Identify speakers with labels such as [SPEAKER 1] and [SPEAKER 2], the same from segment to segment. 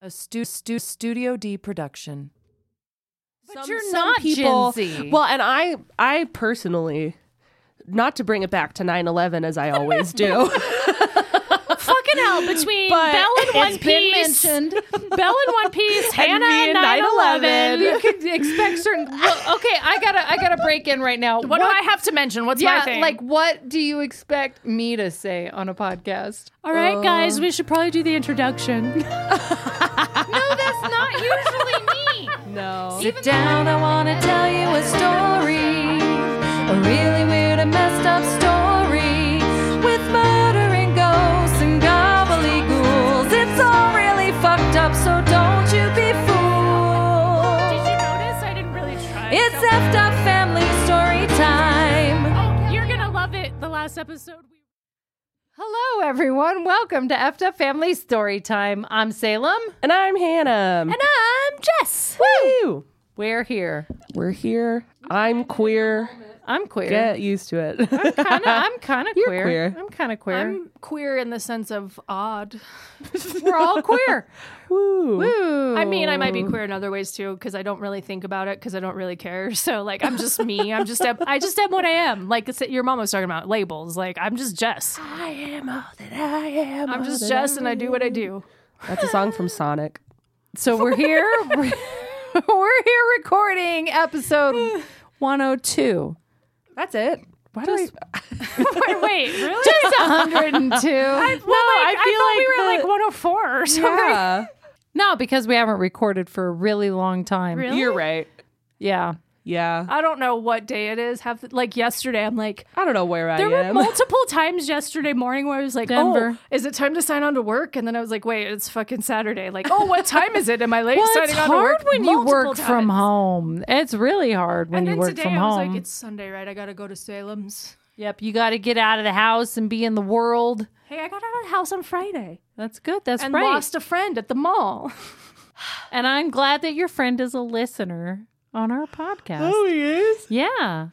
[SPEAKER 1] A stu- stu- Studio D production.
[SPEAKER 2] But
[SPEAKER 3] Some-
[SPEAKER 2] you're
[SPEAKER 3] some
[SPEAKER 2] not
[SPEAKER 3] people-
[SPEAKER 2] Gen Z.
[SPEAKER 3] Well, and I I personally not to bring it back to 9/11 as I always do.
[SPEAKER 2] fucking hell between
[SPEAKER 3] But
[SPEAKER 2] Belle and One
[SPEAKER 1] It's been
[SPEAKER 2] Piece,
[SPEAKER 1] mentioned.
[SPEAKER 2] Belle and One Piece, Hannah
[SPEAKER 3] me
[SPEAKER 2] and
[SPEAKER 3] and 9/11.
[SPEAKER 2] 9/11. You could expect certain.
[SPEAKER 4] Well, okay, I gotta I gotta break in right now.
[SPEAKER 2] What, do I have to mention? What's
[SPEAKER 4] yeah,
[SPEAKER 2] my thing?
[SPEAKER 4] like what do you expect me to say on a podcast?
[SPEAKER 2] all right, guys, we should probably do the introduction.
[SPEAKER 4] No, that's not usually me.
[SPEAKER 3] no.
[SPEAKER 1] Sit down, I want to tell you a story. A really weird and messed up story. With murder and ghosts and gobbledyghouls. It's all really fucked up, so don't you be fooled.
[SPEAKER 2] notice I didn't really try?
[SPEAKER 1] It's effed up family story time.
[SPEAKER 2] oh, you're gonna love it. The last episode. we
[SPEAKER 4] Hello, everyone. Welcome to EFTA Family Storytime. I'm Salem.
[SPEAKER 3] And I'm Hannah.
[SPEAKER 2] And I'm Jess.
[SPEAKER 3] Woo!
[SPEAKER 4] We're here.
[SPEAKER 3] We're here. I'm queer.
[SPEAKER 4] I'm queer.
[SPEAKER 3] Get used to it.
[SPEAKER 4] Kinda, I'm kind of queer.
[SPEAKER 3] queer.
[SPEAKER 4] I'm kind of queer.
[SPEAKER 2] I'm queer in the sense of odd.
[SPEAKER 4] We're all queer.
[SPEAKER 3] Woo.
[SPEAKER 4] Ooh.
[SPEAKER 2] I mean, I might be queer in other ways too, because I don't really think about it, because I don't really care. So, like, I'm just me. I'm just, am- I just am what I am. Like it's- your mom was talking about labels. Like, I'm just Jess.
[SPEAKER 3] I am all that I am.
[SPEAKER 2] I'm
[SPEAKER 3] all
[SPEAKER 2] just
[SPEAKER 3] that
[SPEAKER 2] Jess, and I do what I do.
[SPEAKER 3] That's a song from Sonic.
[SPEAKER 4] So we're here. we're here recording episode 102.
[SPEAKER 3] That's it. Why do I
[SPEAKER 2] Wait, wait really?
[SPEAKER 4] It's 102.
[SPEAKER 2] Well, like,
[SPEAKER 3] I feel
[SPEAKER 2] thought
[SPEAKER 3] like the-
[SPEAKER 2] we were like 104 or something.
[SPEAKER 3] Yeah.
[SPEAKER 4] no, because we haven't recorded for a really long time.
[SPEAKER 2] Really?
[SPEAKER 3] You're right.
[SPEAKER 4] Yeah.
[SPEAKER 3] Yeah.
[SPEAKER 2] I don't know what day it is. Have like yesterday, I'm like
[SPEAKER 3] I don't know where I
[SPEAKER 2] there were
[SPEAKER 3] am.
[SPEAKER 2] multiple times yesterday morning where I was like,
[SPEAKER 4] Denver.
[SPEAKER 2] "Oh, is it time to sign on to work?" And then I was like, "Wait, it's fucking Saturday." Like, "Oh, what time is it? Am I late
[SPEAKER 4] Well,
[SPEAKER 2] signing
[SPEAKER 4] it's
[SPEAKER 2] on to work?"
[SPEAKER 4] hard when you
[SPEAKER 2] Multiple
[SPEAKER 4] work from
[SPEAKER 2] times.
[SPEAKER 4] home. It's really hard when
[SPEAKER 2] And
[SPEAKER 4] you
[SPEAKER 2] then
[SPEAKER 4] work
[SPEAKER 2] today
[SPEAKER 4] from
[SPEAKER 2] I was
[SPEAKER 4] home.
[SPEAKER 2] like, "It's Sunday, right? I gotta go to Salem's."
[SPEAKER 4] yep, you got to get out of the house and be in the world.
[SPEAKER 2] Hey, I got out of the house on Friday
[SPEAKER 4] That's good. That's
[SPEAKER 2] and
[SPEAKER 4] right.
[SPEAKER 2] lost a friend at the mall.
[SPEAKER 4] And I'm glad that your friend is a listener on our podcast.
[SPEAKER 3] Oh, he is.
[SPEAKER 4] Yeah,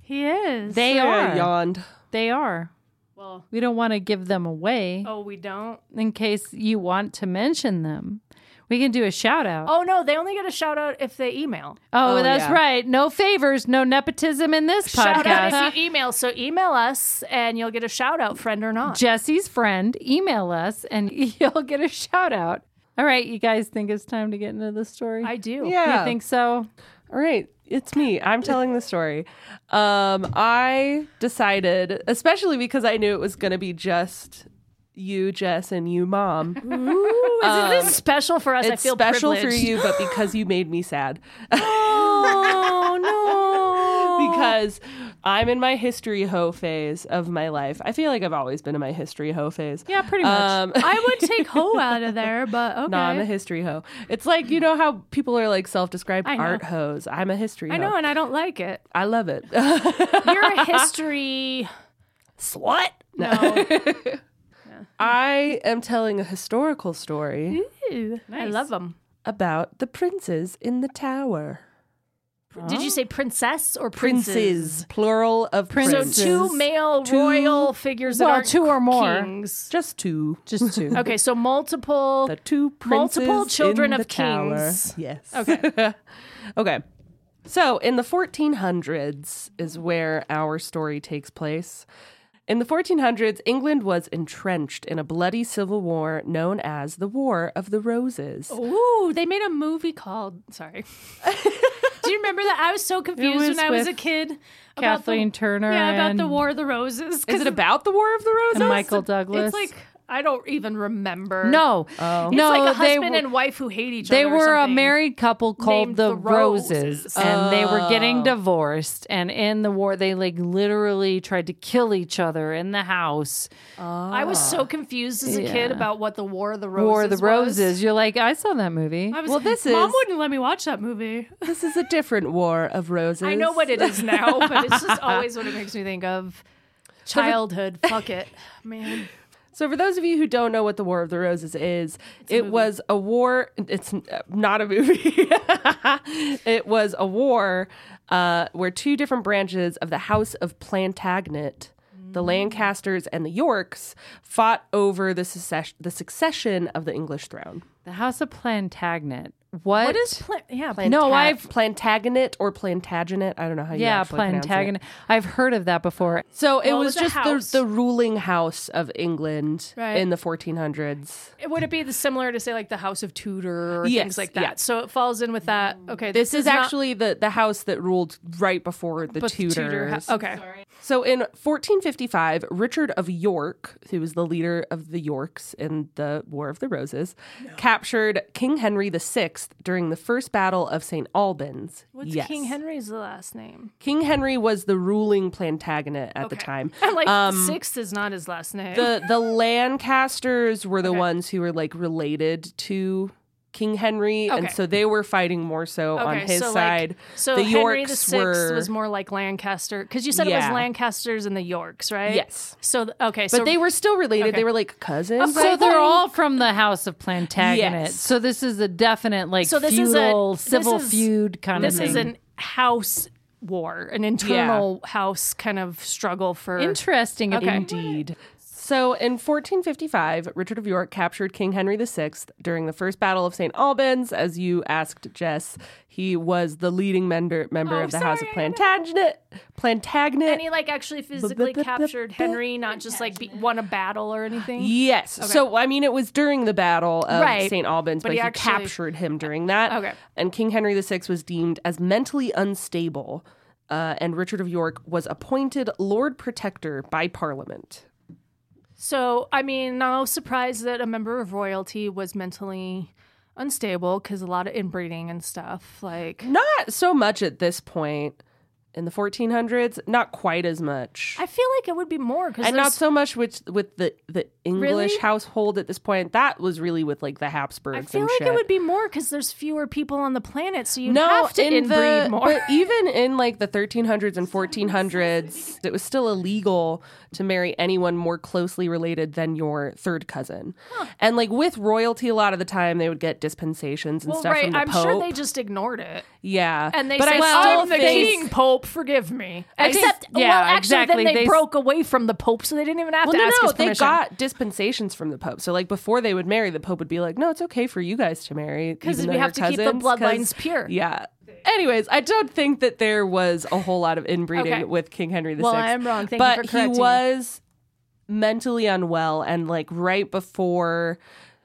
[SPEAKER 2] He is.
[SPEAKER 4] they
[SPEAKER 3] I
[SPEAKER 4] are.
[SPEAKER 3] yawned.
[SPEAKER 4] They are.
[SPEAKER 2] well,
[SPEAKER 4] We don't want to give them away
[SPEAKER 2] oh, we don't.
[SPEAKER 4] in case you want to mention them. We can do a shout out.
[SPEAKER 2] Oh no, they only get a shout out if they email.
[SPEAKER 4] Oh,
[SPEAKER 3] Oh,
[SPEAKER 4] that's
[SPEAKER 3] yeah.
[SPEAKER 4] right. No favors, no nepotism in this
[SPEAKER 2] Shout out
[SPEAKER 4] podcast.
[SPEAKER 2] if you email. So email us and you'll get a shout out, friend or not.
[SPEAKER 4] Jesse's friend, email us and you'll get a shout out. All right, you guys think it's time to get into the story?
[SPEAKER 2] I do.
[SPEAKER 3] Yeah.
[SPEAKER 4] You think so?
[SPEAKER 3] All right, it's me. I'm telling the story. Um, I decided, especially because I knew it was going to be just you, Jess, and you, Mom.
[SPEAKER 2] Ooh, is this special for us? I
[SPEAKER 3] It's
[SPEAKER 2] feel
[SPEAKER 3] special
[SPEAKER 2] privileged.
[SPEAKER 3] for you, but because you made me sad.
[SPEAKER 4] Oh,
[SPEAKER 3] because I'm in my history hoe phase of my life. I feel like I've always been in my history hoe phase.
[SPEAKER 4] Yeah, pretty much.
[SPEAKER 2] I would take hoe out of there, but okay.
[SPEAKER 3] No, I'm a history hoe. It's like you know how people are like self-described
[SPEAKER 2] know.
[SPEAKER 3] art hoes. I'm a history.
[SPEAKER 2] I
[SPEAKER 3] hoe.
[SPEAKER 2] know, and I don't like it.
[SPEAKER 3] I love it.
[SPEAKER 2] You're a history.
[SPEAKER 3] Slut.
[SPEAKER 2] No,
[SPEAKER 3] I am telling a historical
[SPEAKER 2] Hmm?
[SPEAKER 3] story
[SPEAKER 2] Ew, I love them.
[SPEAKER 3] about the princes in the tower.
[SPEAKER 2] Did you say princess or
[SPEAKER 3] Princes,
[SPEAKER 2] princes?
[SPEAKER 3] plural of princes.
[SPEAKER 2] So two male royal figures that
[SPEAKER 4] Well,
[SPEAKER 2] aren't
[SPEAKER 4] two or more.
[SPEAKER 2] kings.
[SPEAKER 3] just two.
[SPEAKER 4] just two.
[SPEAKER 2] Okay, so multiple.
[SPEAKER 3] The two princes
[SPEAKER 2] Multiple children
[SPEAKER 3] in
[SPEAKER 2] of
[SPEAKER 3] the tower.
[SPEAKER 2] kings.
[SPEAKER 3] Yes. Okay. okay. So in the 1400s is where our story takes place. In the 1400s, England was entrenched in a bloody civil war known as the War of the Roses.
[SPEAKER 2] Oh, Ooh, they made a movie called. Sorry. Do you remember that? I was so confused
[SPEAKER 4] was
[SPEAKER 2] when I was a
[SPEAKER 4] with
[SPEAKER 2] kid. about the-
[SPEAKER 4] Kathleen Turner.
[SPEAKER 2] Yeah, about
[SPEAKER 4] and,
[SPEAKER 2] the War of the Roses.
[SPEAKER 3] Is
[SPEAKER 2] 'cause
[SPEAKER 3] it about the War of the Roses?
[SPEAKER 4] and Michael Douglas.
[SPEAKER 2] It's like I don't even remember.
[SPEAKER 4] no,
[SPEAKER 2] it's
[SPEAKER 4] no,
[SPEAKER 2] like a
[SPEAKER 4] they
[SPEAKER 2] husband
[SPEAKER 4] were,
[SPEAKER 2] and wife who hate each
[SPEAKER 4] they
[SPEAKER 2] other. or
[SPEAKER 4] were a
[SPEAKER 2] something.
[SPEAKER 4] married couple
[SPEAKER 2] named
[SPEAKER 4] called the,
[SPEAKER 2] the Oh.
[SPEAKER 4] Roses,
[SPEAKER 2] Roses.
[SPEAKER 4] and they were getting divorced. And in the war, they like literally tried to kill each other in the house.
[SPEAKER 2] I was so confused as a kid about what the Ah, War of the Roses.
[SPEAKER 4] War of the
[SPEAKER 2] was.
[SPEAKER 4] Roses. You're like, I saw that movie.
[SPEAKER 2] I was,
[SPEAKER 3] Well, this
[SPEAKER 2] mom
[SPEAKER 3] is-
[SPEAKER 2] wouldn't let me watch that movie.
[SPEAKER 3] This is a different War of Roses.
[SPEAKER 2] I know what it is now, but it's just always what it makes me think of. Childhood, fuck it, man.
[SPEAKER 3] So, for those of you who don't know what the War of the Roses is, it was a war. It's n- not a movie. it was a war uh, where two different branches of the House of Plantagenet, the
[SPEAKER 2] Mm.
[SPEAKER 3] Lancasters and the Yorks fought over the, success- the succession of the English throne.
[SPEAKER 4] The House of Plantagenet. What,
[SPEAKER 2] What is pla- yeah?
[SPEAKER 4] No,
[SPEAKER 3] Ta-
[SPEAKER 4] I've-
[SPEAKER 3] Plantagenet or Plantagenet. I don't know how you
[SPEAKER 4] Yeah,
[SPEAKER 3] actually pronounce it.
[SPEAKER 4] Plantagenet. I've heard of that before.
[SPEAKER 3] So it
[SPEAKER 2] Well, it
[SPEAKER 3] was
[SPEAKER 2] was a
[SPEAKER 3] just
[SPEAKER 2] house.
[SPEAKER 3] the, the ruling house of England
[SPEAKER 2] Right.
[SPEAKER 3] in the 1400s.
[SPEAKER 2] It- would it be the similar to say like the House of Tudor or
[SPEAKER 3] Yes,
[SPEAKER 2] things like that?
[SPEAKER 3] yeah.
[SPEAKER 2] So it falls in with that. Okay,
[SPEAKER 3] This is
[SPEAKER 2] not-
[SPEAKER 3] actually the, the house that ruled right before the
[SPEAKER 2] but the
[SPEAKER 3] Tudors.
[SPEAKER 2] Tudor ha- oh. okay,
[SPEAKER 3] So in 1455, Richard of York, who was the leader of the Yorks in the War of the Roses, captured King Henry VI during the First Battle of St. Albans.
[SPEAKER 2] what's
[SPEAKER 3] Yes.
[SPEAKER 2] King Henry's last name?
[SPEAKER 3] King Henry was the ruling Plantagenet at the
[SPEAKER 2] Okay.
[SPEAKER 3] time.
[SPEAKER 2] I'm like sixth is not his last name.
[SPEAKER 3] the the Lancasters were the ones who were like related to King Henry, and
[SPEAKER 2] Okay.
[SPEAKER 3] so they were fighting more so on his
[SPEAKER 2] so
[SPEAKER 3] side.
[SPEAKER 2] Like, so
[SPEAKER 3] the
[SPEAKER 2] Henry
[SPEAKER 3] Yorks
[SPEAKER 2] the Sixth
[SPEAKER 3] were
[SPEAKER 2] was more like Lancaster because you said it
[SPEAKER 3] Yeah.
[SPEAKER 2] was Lancasters and the Yorks, right?
[SPEAKER 3] yes,
[SPEAKER 2] So th- okay,
[SPEAKER 3] but
[SPEAKER 2] so
[SPEAKER 3] they were still related.
[SPEAKER 2] okay.
[SPEAKER 3] They were like cousins.
[SPEAKER 4] So
[SPEAKER 3] I
[SPEAKER 4] they're
[SPEAKER 3] think.
[SPEAKER 4] all from the House of Plantagenet.
[SPEAKER 3] Yes.
[SPEAKER 4] So this is a definite like
[SPEAKER 2] So this is a-
[SPEAKER 4] feudal
[SPEAKER 2] this
[SPEAKER 4] civil
[SPEAKER 2] is-
[SPEAKER 4] feud kind
[SPEAKER 2] this
[SPEAKER 4] of thing.
[SPEAKER 2] is an house war, an internal house kind of struggle for.
[SPEAKER 4] interesting
[SPEAKER 2] Okay.
[SPEAKER 4] indeed.
[SPEAKER 3] So in 1455, Richard of York captured King Henry VI during the First Battle of St. Albans. As you asked, Jess, he was the leading member, member
[SPEAKER 2] Oh,
[SPEAKER 3] of the
[SPEAKER 2] sorry,
[SPEAKER 3] House of
[SPEAKER 2] I gotta-
[SPEAKER 3] Plantagenet. Plantagenet.
[SPEAKER 2] and he like actually physically captured Henry, not just like be- won a battle or anything.
[SPEAKER 3] Yes. So I mean, it was during the Battle of
[SPEAKER 2] Right.
[SPEAKER 3] St. Albans, but,
[SPEAKER 2] he
[SPEAKER 3] he,
[SPEAKER 2] actually-
[SPEAKER 3] captured him during that.
[SPEAKER 2] Okay.
[SPEAKER 3] And King Henry VI was deemed as mentally unstable, uh, and Richard of York was appointed Lord Protector by Parliament.
[SPEAKER 2] So, I mean, no surprise that a member of royalty was mentally unstable because a lot of inbreeding and stuff. Like,
[SPEAKER 3] Not so much at this point in the 1400s. Not quite as much.
[SPEAKER 2] I feel like it would be more because
[SPEAKER 3] and not so much with with the, the English
[SPEAKER 2] Really?
[SPEAKER 3] household at this point. That was really with like the Habsburgs
[SPEAKER 2] I feel
[SPEAKER 3] and
[SPEAKER 2] like
[SPEAKER 3] shit.
[SPEAKER 2] it would be more because there's fewer people on the planet, so you
[SPEAKER 3] no,
[SPEAKER 2] have to
[SPEAKER 3] in
[SPEAKER 2] inbreed
[SPEAKER 3] the,
[SPEAKER 2] more.
[SPEAKER 3] But even in like the 1300s and 1400s, it was still illegal to marry anyone more closely related than your third cousin. And like with royalty, a lot of the time they would get dispensations and
[SPEAKER 2] well,
[SPEAKER 3] stuff
[SPEAKER 2] right,
[SPEAKER 3] from the
[SPEAKER 2] I'm
[SPEAKER 3] Pope.
[SPEAKER 2] sure they just ignored it,
[SPEAKER 3] yeah,
[SPEAKER 2] and they
[SPEAKER 3] but
[SPEAKER 2] said,
[SPEAKER 3] I still
[SPEAKER 2] "I'm the
[SPEAKER 3] think-
[SPEAKER 2] king, Pope, forgive me."
[SPEAKER 4] I think-
[SPEAKER 2] Except,
[SPEAKER 4] yeah,
[SPEAKER 2] well, actually,
[SPEAKER 4] exactly,
[SPEAKER 2] then they,
[SPEAKER 4] they-
[SPEAKER 2] broke away from the Pope, so they didn't even have
[SPEAKER 3] Well,
[SPEAKER 2] to
[SPEAKER 3] no,
[SPEAKER 2] ask
[SPEAKER 3] no,
[SPEAKER 2] his
[SPEAKER 3] they
[SPEAKER 2] permission.
[SPEAKER 3] got dispensations from the Pope. So like before they would marry, the Pope would be like, "No, it's okay for you guys to marry because
[SPEAKER 2] we have to keep the bloodlines pure.
[SPEAKER 3] Yeah. Anyways, I don't think that there was a whole lot of inbreeding
[SPEAKER 2] Okay.
[SPEAKER 3] with King Henry VI.
[SPEAKER 2] Well, I am wrong. Thank you
[SPEAKER 3] but
[SPEAKER 2] for correcting
[SPEAKER 3] he
[SPEAKER 2] me.
[SPEAKER 3] was mentally unwell, and like right before,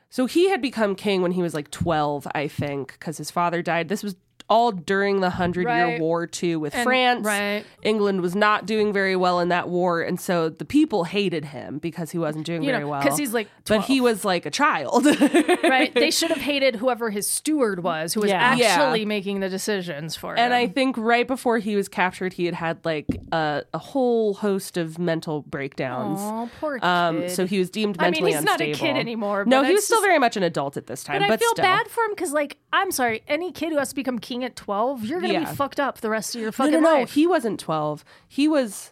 [SPEAKER 3] so he had become king when he was like twelve, I think, because his father died. This was all during the Hundred Year
[SPEAKER 2] Right.
[SPEAKER 3] War too with France.
[SPEAKER 2] right.
[SPEAKER 3] England was not doing very well in that war, and so the people hated him because he wasn't doing
[SPEAKER 2] You know,
[SPEAKER 3] very well.
[SPEAKER 2] 'cause he's, like,
[SPEAKER 3] but he was like a child.
[SPEAKER 2] right. They should have hated whoever his steward was, who was
[SPEAKER 4] Yeah.
[SPEAKER 3] Yeah.
[SPEAKER 2] actually making the decisions for
[SPEAKER 3] And
[SPEAKER 2] him.
[SPEAKER 3] I think right before he was captured, he had had like a, a whole host of mental breakdowns.
[SPEAKER 2] Oh, poor kid.
[SPEAKER 3] Um, so he was deemed
[SPEAKER 2] I mean,
[SPEAKER 3] mentally
[SPEAKER 2] he's not a
[SPEAKER 3] unstable.
[SPEAKER 2] kid anymore,
[SPEAKER 3] No,
[SPEAKER 2] but
[SPEAKER 3] he was
[SPEAKER 2] it's
[SPEAKER 3] still
[SPEAKER 2] just-
[SPEAKER 3] very much an adult at this time.
[SPEAKER 2] but,
[SPEAKER 3] But,
[SPEAKER 2] I feel
[SPEAKER 3] still.
[SPEAKER 2] bad for him because, like, I'm sorry, any kid who has to become king at 12, you're gonna
[SPEAKER 3] Yeah.
[SPEAKER 2] be fucked up the rest of your
[SPEAKER 3] No,
[SPEAKER 2] fucking
[SPEAKER 3] no, no.
[SPEAKER 2] life.
[SPEAKER 3] He wasn't twelve. He was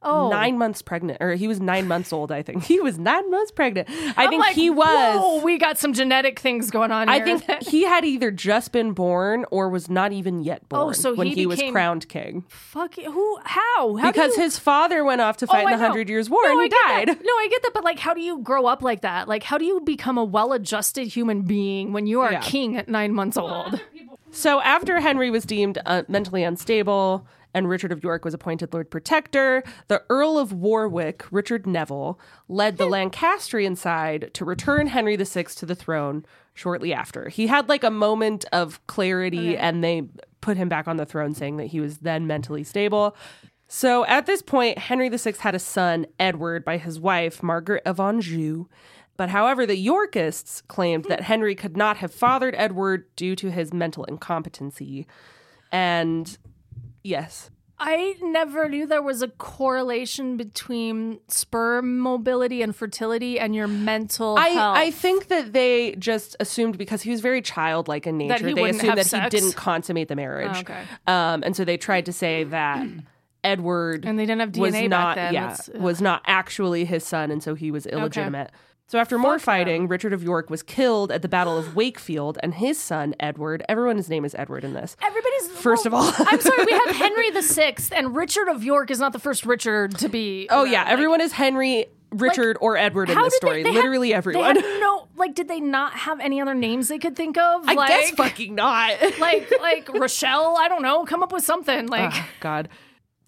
[SPEAKER 2] oh,
[SPEAKER 3] nine months pregnant, or he was nine months old. I think he was nine months pregnant. I
[SPEAKER 2] I'm
[SPEAKER 3] think
[SPEAKER 2] like,
[SPEAKER 3] he was.
[SPEAKER 2] Whoa, we got some genetic things going on.
[SPEAKER 3] I
[SPEAKER 2] here.
[SPEAKER 3] think he had either just been born or was not even yet born
[SPEAKER 2] Oh, so
[SPEAKER 3] when he,
[SPEAKER 2] he
[SPEAKER 3] was
[SPEAKER 2] became-
[SPEAKER 3] crowned king.
[SPEAKER 2] fuck it, who? How? How do
[SPEAKER 3] Because
[SPEAKER 2] you-
[SPEAKER 3] his father went off to
[SPEAKER 2] Oh,
[SPEAKER 3] fight
[SPEAKER 2] I
[SPEAKER 3] in the
[SPEAKER 2] know.
[SPEAKER 3] Hundred Years' War
[SPEAKER 2] No,
[SPEAKER 3] and
[SPEAKER 2] I
[SPEAKER 3] he
[SPEAKER 2] get
[SPEAKER 3] died.
[SPEAKER 2] that. No, I get that, but like, how do you grow up like that? Like, how do you become a well-adjusted human being when you are
[SPEAKER 3] Yeah.
[SPEAKER 2] king at nine months old?
[SPEAKER 3] So after Henry was deemed uh, mentally unstable and Richard of York was appointed Lord Protector, the Earl of Warwick, Richard Neville, led the
[SPEAKER 2] Hmm.
[SPEAKER 3] Lancastrian side to return Henry VI to the throne shortly after. He had like a moment of clarity and they put him back on the throne, saying that he was then mentally stable. So at this point, Henry VI had a son, Edward, by his wife, Margaret of Anjou. But however, the Yorkists claimed that Henry could not have fathered Edward due to his mental incompetency. And yes,
[SPEAKER 2] I never knew there was a correlation between sperm mobility and fertility and your mental health.
[SPEAKER 3] I, I think that they just assumed because he was very childlike in nature,
[SPEAKER 2] That he
[SPEAKER 3] they
[SPEAKER 2] wouldn't
[SPEAKER 3] assumed
[SPEAKER 2] have
[SPEAKER 3] that
[SPEAKER 2] sex?
[SPEAKER 3] he didn't consummate the marriage.
[SPEAKER 2] Oh, okay.
[SPEAKER 3] Um, and so they tried to say that Edward
[SPEAKER 2] And they didn't have
[SPEAKER 3] was
[SPEAKER 2] DNA back
[SPEAKER 3] not,
[SPEAKER 2] then.
[SPEAKER 3] yeah,
[SPEAKER 2] That's-
[SPEAKER 3] was not actually his son, and so he was illegitimate. So after more fighting, Richard of York was killed at the Battle of Wakefield, and his son Edward. Everyone's name is Edward in this.
[SPEAKER 2] Everybody's
[SPEAKER 3] First of all-
[SPEAKER 2] I'm sorry. We have Henry the Sixth, and Richard of York is not the first Richard to be.
[SPEAKER 3] Oh yeah, everyone is Henry, Richard, or Edward in
[SPEAKER 2] How
[SPEAKER 3] this
[SPEAKER 2] did they-
[SPEAKER 3] story.
[SPEAKER 2] they had-
[SPEAKER 3] Literally
[SPEAKER 2] they
[SPEAKER 3] everyone.
[SPEAKER 2] had no, like, did they not have any other names they could think of?
[SPEAKER 3] I
[SPEAKER 2] like,
[SPEAKER 3] guess fucking not.
[SPEAKER 2] like, like Rochelle. I don't know. Come up with something. Like,
[SPEAKER 3] Ah, God.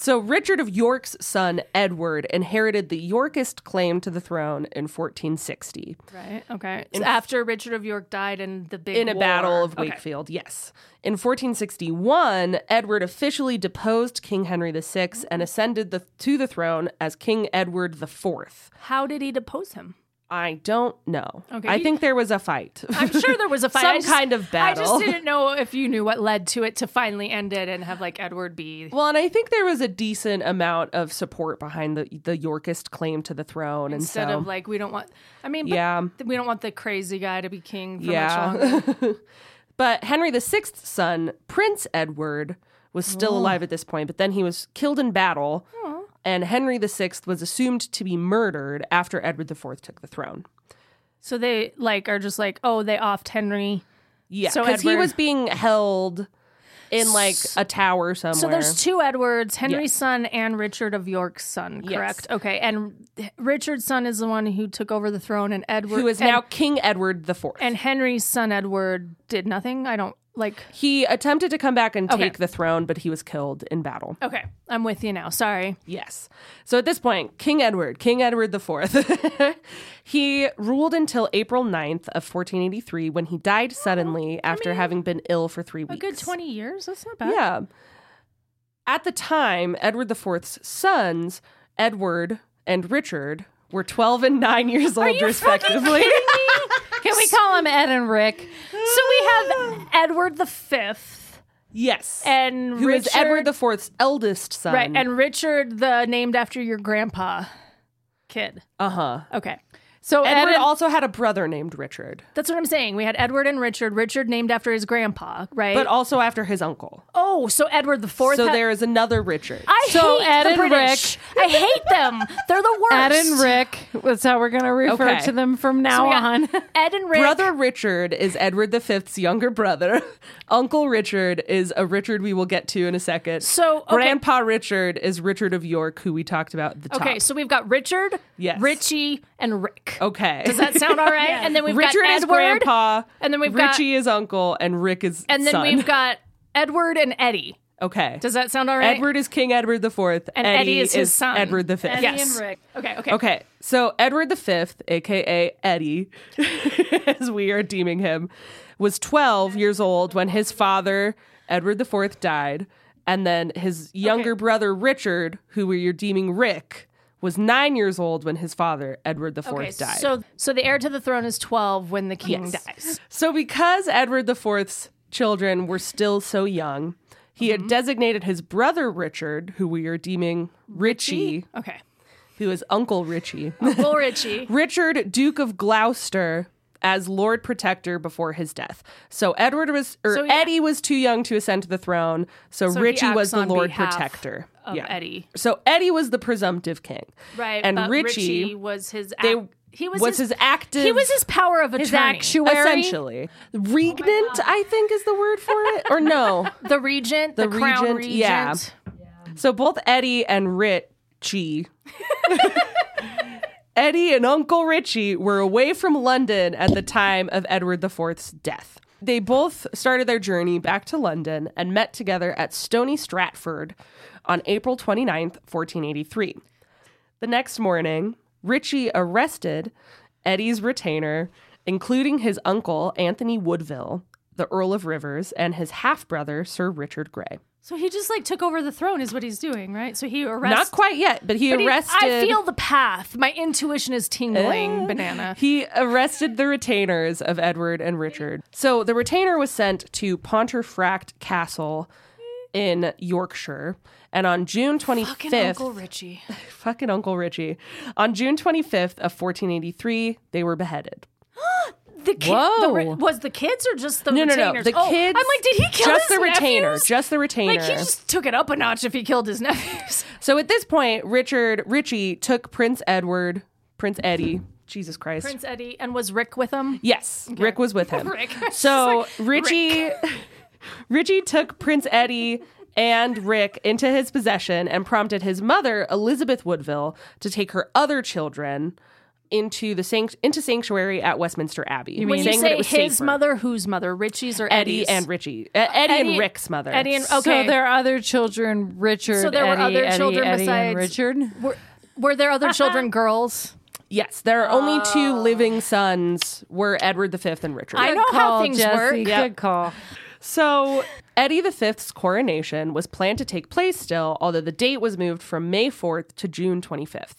[SPEAKER 3] So Richard of York's son Edward inherited the Yorkist claim to the throne in 1460
[SPEAKER 2] right? Okay. So after Richard of York died in the big
[SPEAKER 3] in a
[SPEAKER 2] war.
[SPEAKER 3] battle of
[SPEAKER 2] Okay.
[SPEAKER 3] Wakefield. Yes. In 1461, Edward officially deposed King Henry VI
[SPEAKER 2] Mm.
[SPEAKER 3] and ascended the, to the throne as King Edward IV.
[SPEAKER 2] How did he depose him?
[SPEAKER 3] I don't know.
[SPEAKER 2] Okay,
[SPEAKER 3] I
[SPEAKER 2] he-
[SPEAKER 3] think there was a fight.
[SPEAKER 2] I'm sure there was a fight.
[SPEAKER 3] Some
[SPEAKER 2] I just-
[SPEAKER 3] kind of
[SPEAKER 2] I just
[SPEAKER 3] battle.
[SPEAKER 2] didn't know if you knew what led to it to finally end it and have like Edward be.
[SPEAKER 3] Well, and I think there was a decent amount of support behind the the Yorkist claim to the throne, and
[SPEAKER 2] Instead
[SPEAKER 3] so
[SPEAKER 2] of like, we don't want. I mean, but
[SPEAKER 3] yeah,
[SPEAKER 2] we don't want the crazy guy to be king for much longer.
[SPEAKER 3] yeah. but Henry VI's son, Prince Edward, was
[SPEAKER 2] Oh.
[SPEAKER 3] still alive at this point, but then he was killed in battle, and Henry VI was assumed to be murdered after Edward IV took the throne.
[SPEAKER 2] So they like are just like, oh, they offed Henry.
[SPEAKER 3] Yeah,
[SPEAKER 2] So
[SPEAKER 3] because he
[SPEAKER 2] Edward-
[SPEAKER 3] was being held in like a tower somewhere.
[SPEAKER 2] So there's two Edwards,
[SPEAKER 3] Yes.
[SPEAKER 2] Henry's son and Richard of York's son, correct? Okay. And Richard's son is the one who took over the throne and Edward
[SPEAKER 3] who is
[SPEAKER 2] and,
[SPEAKER 3] now King Edward IV.
[SPEAKER 2] and Henry's son Edward did nothing. I don't like
[SPEAKER 3] he attempted to come back and
[SPEAKER 2] Okay.
[SPEAKER 3] take the throne, but he was killed in battle.
[SPEAKER 2] Okay, I'm with you now. Sorry.
[SPEAKER 3] Yes. So at this point, King Edward, King Edward IV, he ruled until April 9th of 1483 when he died suddenly after having been ill for three weeks.
[SPEAKER 2] Oh, A good 20 years? That's not bad.
[SPEAKER 3] Yeah. At the time, Edward IV's sons, Edward and Richard, were 12 and 9 years old, respectively.
[SPEAKER 4] Can we call him Ed and Rick?
[SPEAKER 2] So we have Edward the 5th
[SPEAKER 3] yes.
[SPEAKER 2] and
[SPEAKER 3] who
[SPEAKER 2] Richard
[SPEAKER 3] is Edward IV's eldest son.
[SPEAKER 2] Right, and Richard the named after your grandpa kid.
[SPEAKER 3] uh-huh.
[SPEAKER 2] Okay.
[SPEAKER 4] So Ed
[SPEAKER 3] Edward
[SPEAKER 4] and-
[SPEAKER 3] also had a brother named Richard,
[SPEAKER 2] That's what I'm saying. We had Edward and Richard. Richard named after his grandpa, right?
[SPEAKER 3] but also after his uncle.
[SPEAKER 2] oh, so Edward the Fourth.
[SPEAKER 3] so
[SPEAKER 2] had-
[SPEAKER 3] there is another Richard.
[SPEAKER 2] I
[SPEAKER 4] So
[SPEAKER 2] hate
[SPEAKER 4] Ed
[SPEAKER 2] the
[SPEAKER 4] and
[SPEAKER 2] British. I hate them. They're the worst.
[SPEAKER 4] Ed and Rick. That's how we're going to refer
[SPEAKER 3] Okay.
[SPEAKER 4] to them from
[SPEAKER 2] So
[SPEAKER 4] now
[SPEAKER 2] we got
[SPEAKER 4] on.
[SPEAKER 2] Ed and Rick.
[SPEAKER 3] Brother Richard is Edward V's younger brother. Uncle Richard is a Richard we will get to in a second.
[SPEAKER 2] So, okay.
[SPEAKER 3] Grandpa Richard is Richard of York, who we talked about at the top.
[SPEAKER 2] Okay, so we've got Richard,
[SPEAKER 3] Yes.
[SPEAKER 2] Richie, and Rick.
[SPEAKER 3] okay.
[SPEAKER 2] Does that sound all right? And then we've
[SPEAKER 3] Richard
[SPEAKER 2] got
[SPEAKER 3] is
[SPEAKER 2] Edward,
[SPEAKER 3] grandpa,
[SPEAKER 2] and then we've got-
[SPEAKER 3] Richie is uncle, and Rick is
[SPEAKER 2] and then
[SPEAKER 3] son.
[SPEAKER 2] we've got Edward and Eddie.
[SPEAKER 3] okay.
[SPEAKER 2] Does that sound all right?
[SPEAKER 3] Edward is King Edward IV,
[SPEAKER 2] and Eddie, is his son,
[SPEAKER 3] Edward V.
[SPEAKER 2] Eddie
[SPEAKER 3] yes.
[SPEAKER 2] and Rick. Okay, okay,
[SPEAKER 3] Okay, so Edward V, aka Eddie, as we are deeming him, was 12 years old when his father, Edward IV, died. And then his younger brother, Richard, who we are deeming Rick, was nine years old when his father, Edward IV,
[SPEAKER 2] Okay,
[SPEAKER 3] died.
[SPEAKER 2] so so the heir to the throne is twelve when the king
[SPEAKER 3] Yes.
[SPEAKER 2] dies.
[SPEAKER 3] So, because Edward IV's children were still so young, he
[SPEAKER 2] Mm-hmm.
[SPEAKER 3] had designated his brother, Richard, who we are deeming Richie,
[SPEAKER 2] Okay,
[SPEAKER 3] who is Uncle Richie.
[SPEAKER 2] well, Richie.
[SPEAKER 3] Richard, Duke of Gloucester, as Lord Protector before his death. So Edward was, or
[SPEAKER 2] So, yeah.
[SPEAKER 3] Eddie was too young to ascend to the throne. So,
[SPEAKER 2] So he
[SPEAKER 3] Richie was the
[SPEAKER 2] acts on
[SPEAKER 3] Lord
[SPEAKER 2] behalf
[SPEAKER 3] Protector.
[SPEAKER 2] of Eddie.
[SPEAKER 3] So Eddie was the presumptive king.
[SPEAKER 2] Right,
[SPEAKER 3] And
[SPEAKER 2] but
[SPEAKER 3] Richie,
[SPEAKER 2] was his. Ac-
[SPEAKER 3] they,
[SPEAKER 2] he was, his,
[SPEAKER 3] his, active.
[SPEAKER 2] he was his Oh power of attorney.
[SPEAKER 4] actuary.
[SPEAKER 3] Essentially, regnant, I think, is the word for it, or no?
[SPEAKER 2] the regent, the,
[SPEAKER 3] The
[SPEAKER 2] crown
[SPEAKER 3] regent,
[SPEAKER 2] regent.
[SPEAKER 3] yeah. So both Eddie and Richie, Eddie and Uncle Richie were away from London at the time of Edward IV's death. They both started their journey back to London and met together at Stony Stratford on April 29th, 1483. The next morning, Richie arrested Eddie's retainer, including his uncle, Anthony Woodville, the Earl of Rivers, and his half brother, Sir Richard Grey.
[SPEAKER 2] So he just like took over the throne, is what he's doing, right? So he arrested.
[SPEAKER 3] Not quite yet, but he
[SPEAKER 2] But he-
[SPEAKER 3] arrested. Uh,
[SPEAKER 2] I feel the path. My intuition is tingling, banana.
[SPEAKER 3] He arrested the retainers of Edward and Richard. So the retainer was sent to Pontefract Castle in Yorkshire, and on June twenty
[SPEAKER 2] Fucking
[SPEAKER 3] fifth,
[SPEAKER 2] Uncle Richie.
[SPEAKER 3] fucking Uncle Richie, on June twenty fifth of fourteen eighty three, they were beheaded.
[SPEAKER 2] The kid
[SPEAKER 4] Whoa.
[SPEAKER 2] the re- was the kids or just the
[SPEAKER 3] No, no,
[SPEAKER 2] retainers?
[SPEAKER 3] no, the
[SPEAKER 2] Oh,
[SPEAKER 3] kids.
[SPEAKER 2] I'm like, did he kill
[SPEAKER 3] just
[SPEAKER 2] his
[SPEAKER 3] the retainer?
[SPEAKER 2] nephews?
[SPEAKER 3] Just the retainer.
[SPEAKER 2] like he just took it up a notch if he killed his nephews.
[SPEAKER 3] So at this point, Richard Richie took Prince Edward, Prince Eddie, Jesus Christ.
[SPEAKER 2] Prince Eddie. And was Rick with him?
[SPEAKER 3] Yes, Rick was with him.
[SPEAKER 2] Rick.
[SPEAKER 3] So Richie, Richie took Prince Eddie and Rick into his possession and prompted his mother, Elizabeth Woodville, to take her other children into the sanct- into sanctuary at Westminster Abbey. You
[SPEAKER 2] When you say his mother, whose mother? Richie's or
[SPEAKER 3] Eddie
[SPEAKER 2] Eddie's?
[SPEAKER 3] and Richie, uh, Eddie, and
[SPEAKER 2] Eddie-
[SPEAKER 3] Rick's mother.
[SPEAKER 2] Eddie and
[SPEAKER 4] So
[SPEAKER 2] okay.
[SPEAKER 4] there are other children, Richard.
[SPEAKER 2] So there were
[SPEAKER 4] Eddie,
[SPEAKER 2] other
[SPEAKER 4] Eddie,
[SPEAKER 2] children
[SPEAKER 4] Eddie, and
[SPEAKER 2] besides-
[SPEAKER 4] Richard.
[SPEAKER 2] were, were there
[SPEAKER 3] Uh-uh.
[SPEAKER 2] other children, girls?
[SPEAKER 3] yes, there are only two living sons: were Edward V and Richard.
[SPEAKER 2] Oh. I know
[SPEAKER 4] Good
[SPEAKER 2] how
[SPEAKER 4] call,
[SPEAKER 2] things
[SPEAKER 4] Jesse.
[SPEAKER 2] work.
[SPEAKER 4] Good
[SPEAKER 2] Yep.
[SPEAKER 4] call.
[SPEAKER 3] So, Eddie V's coronation was planned to take place still, although the date was moved from May 4th to June 25th.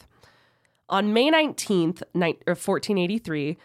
[SPEAKER 3] On May 19th, ni- or 1483,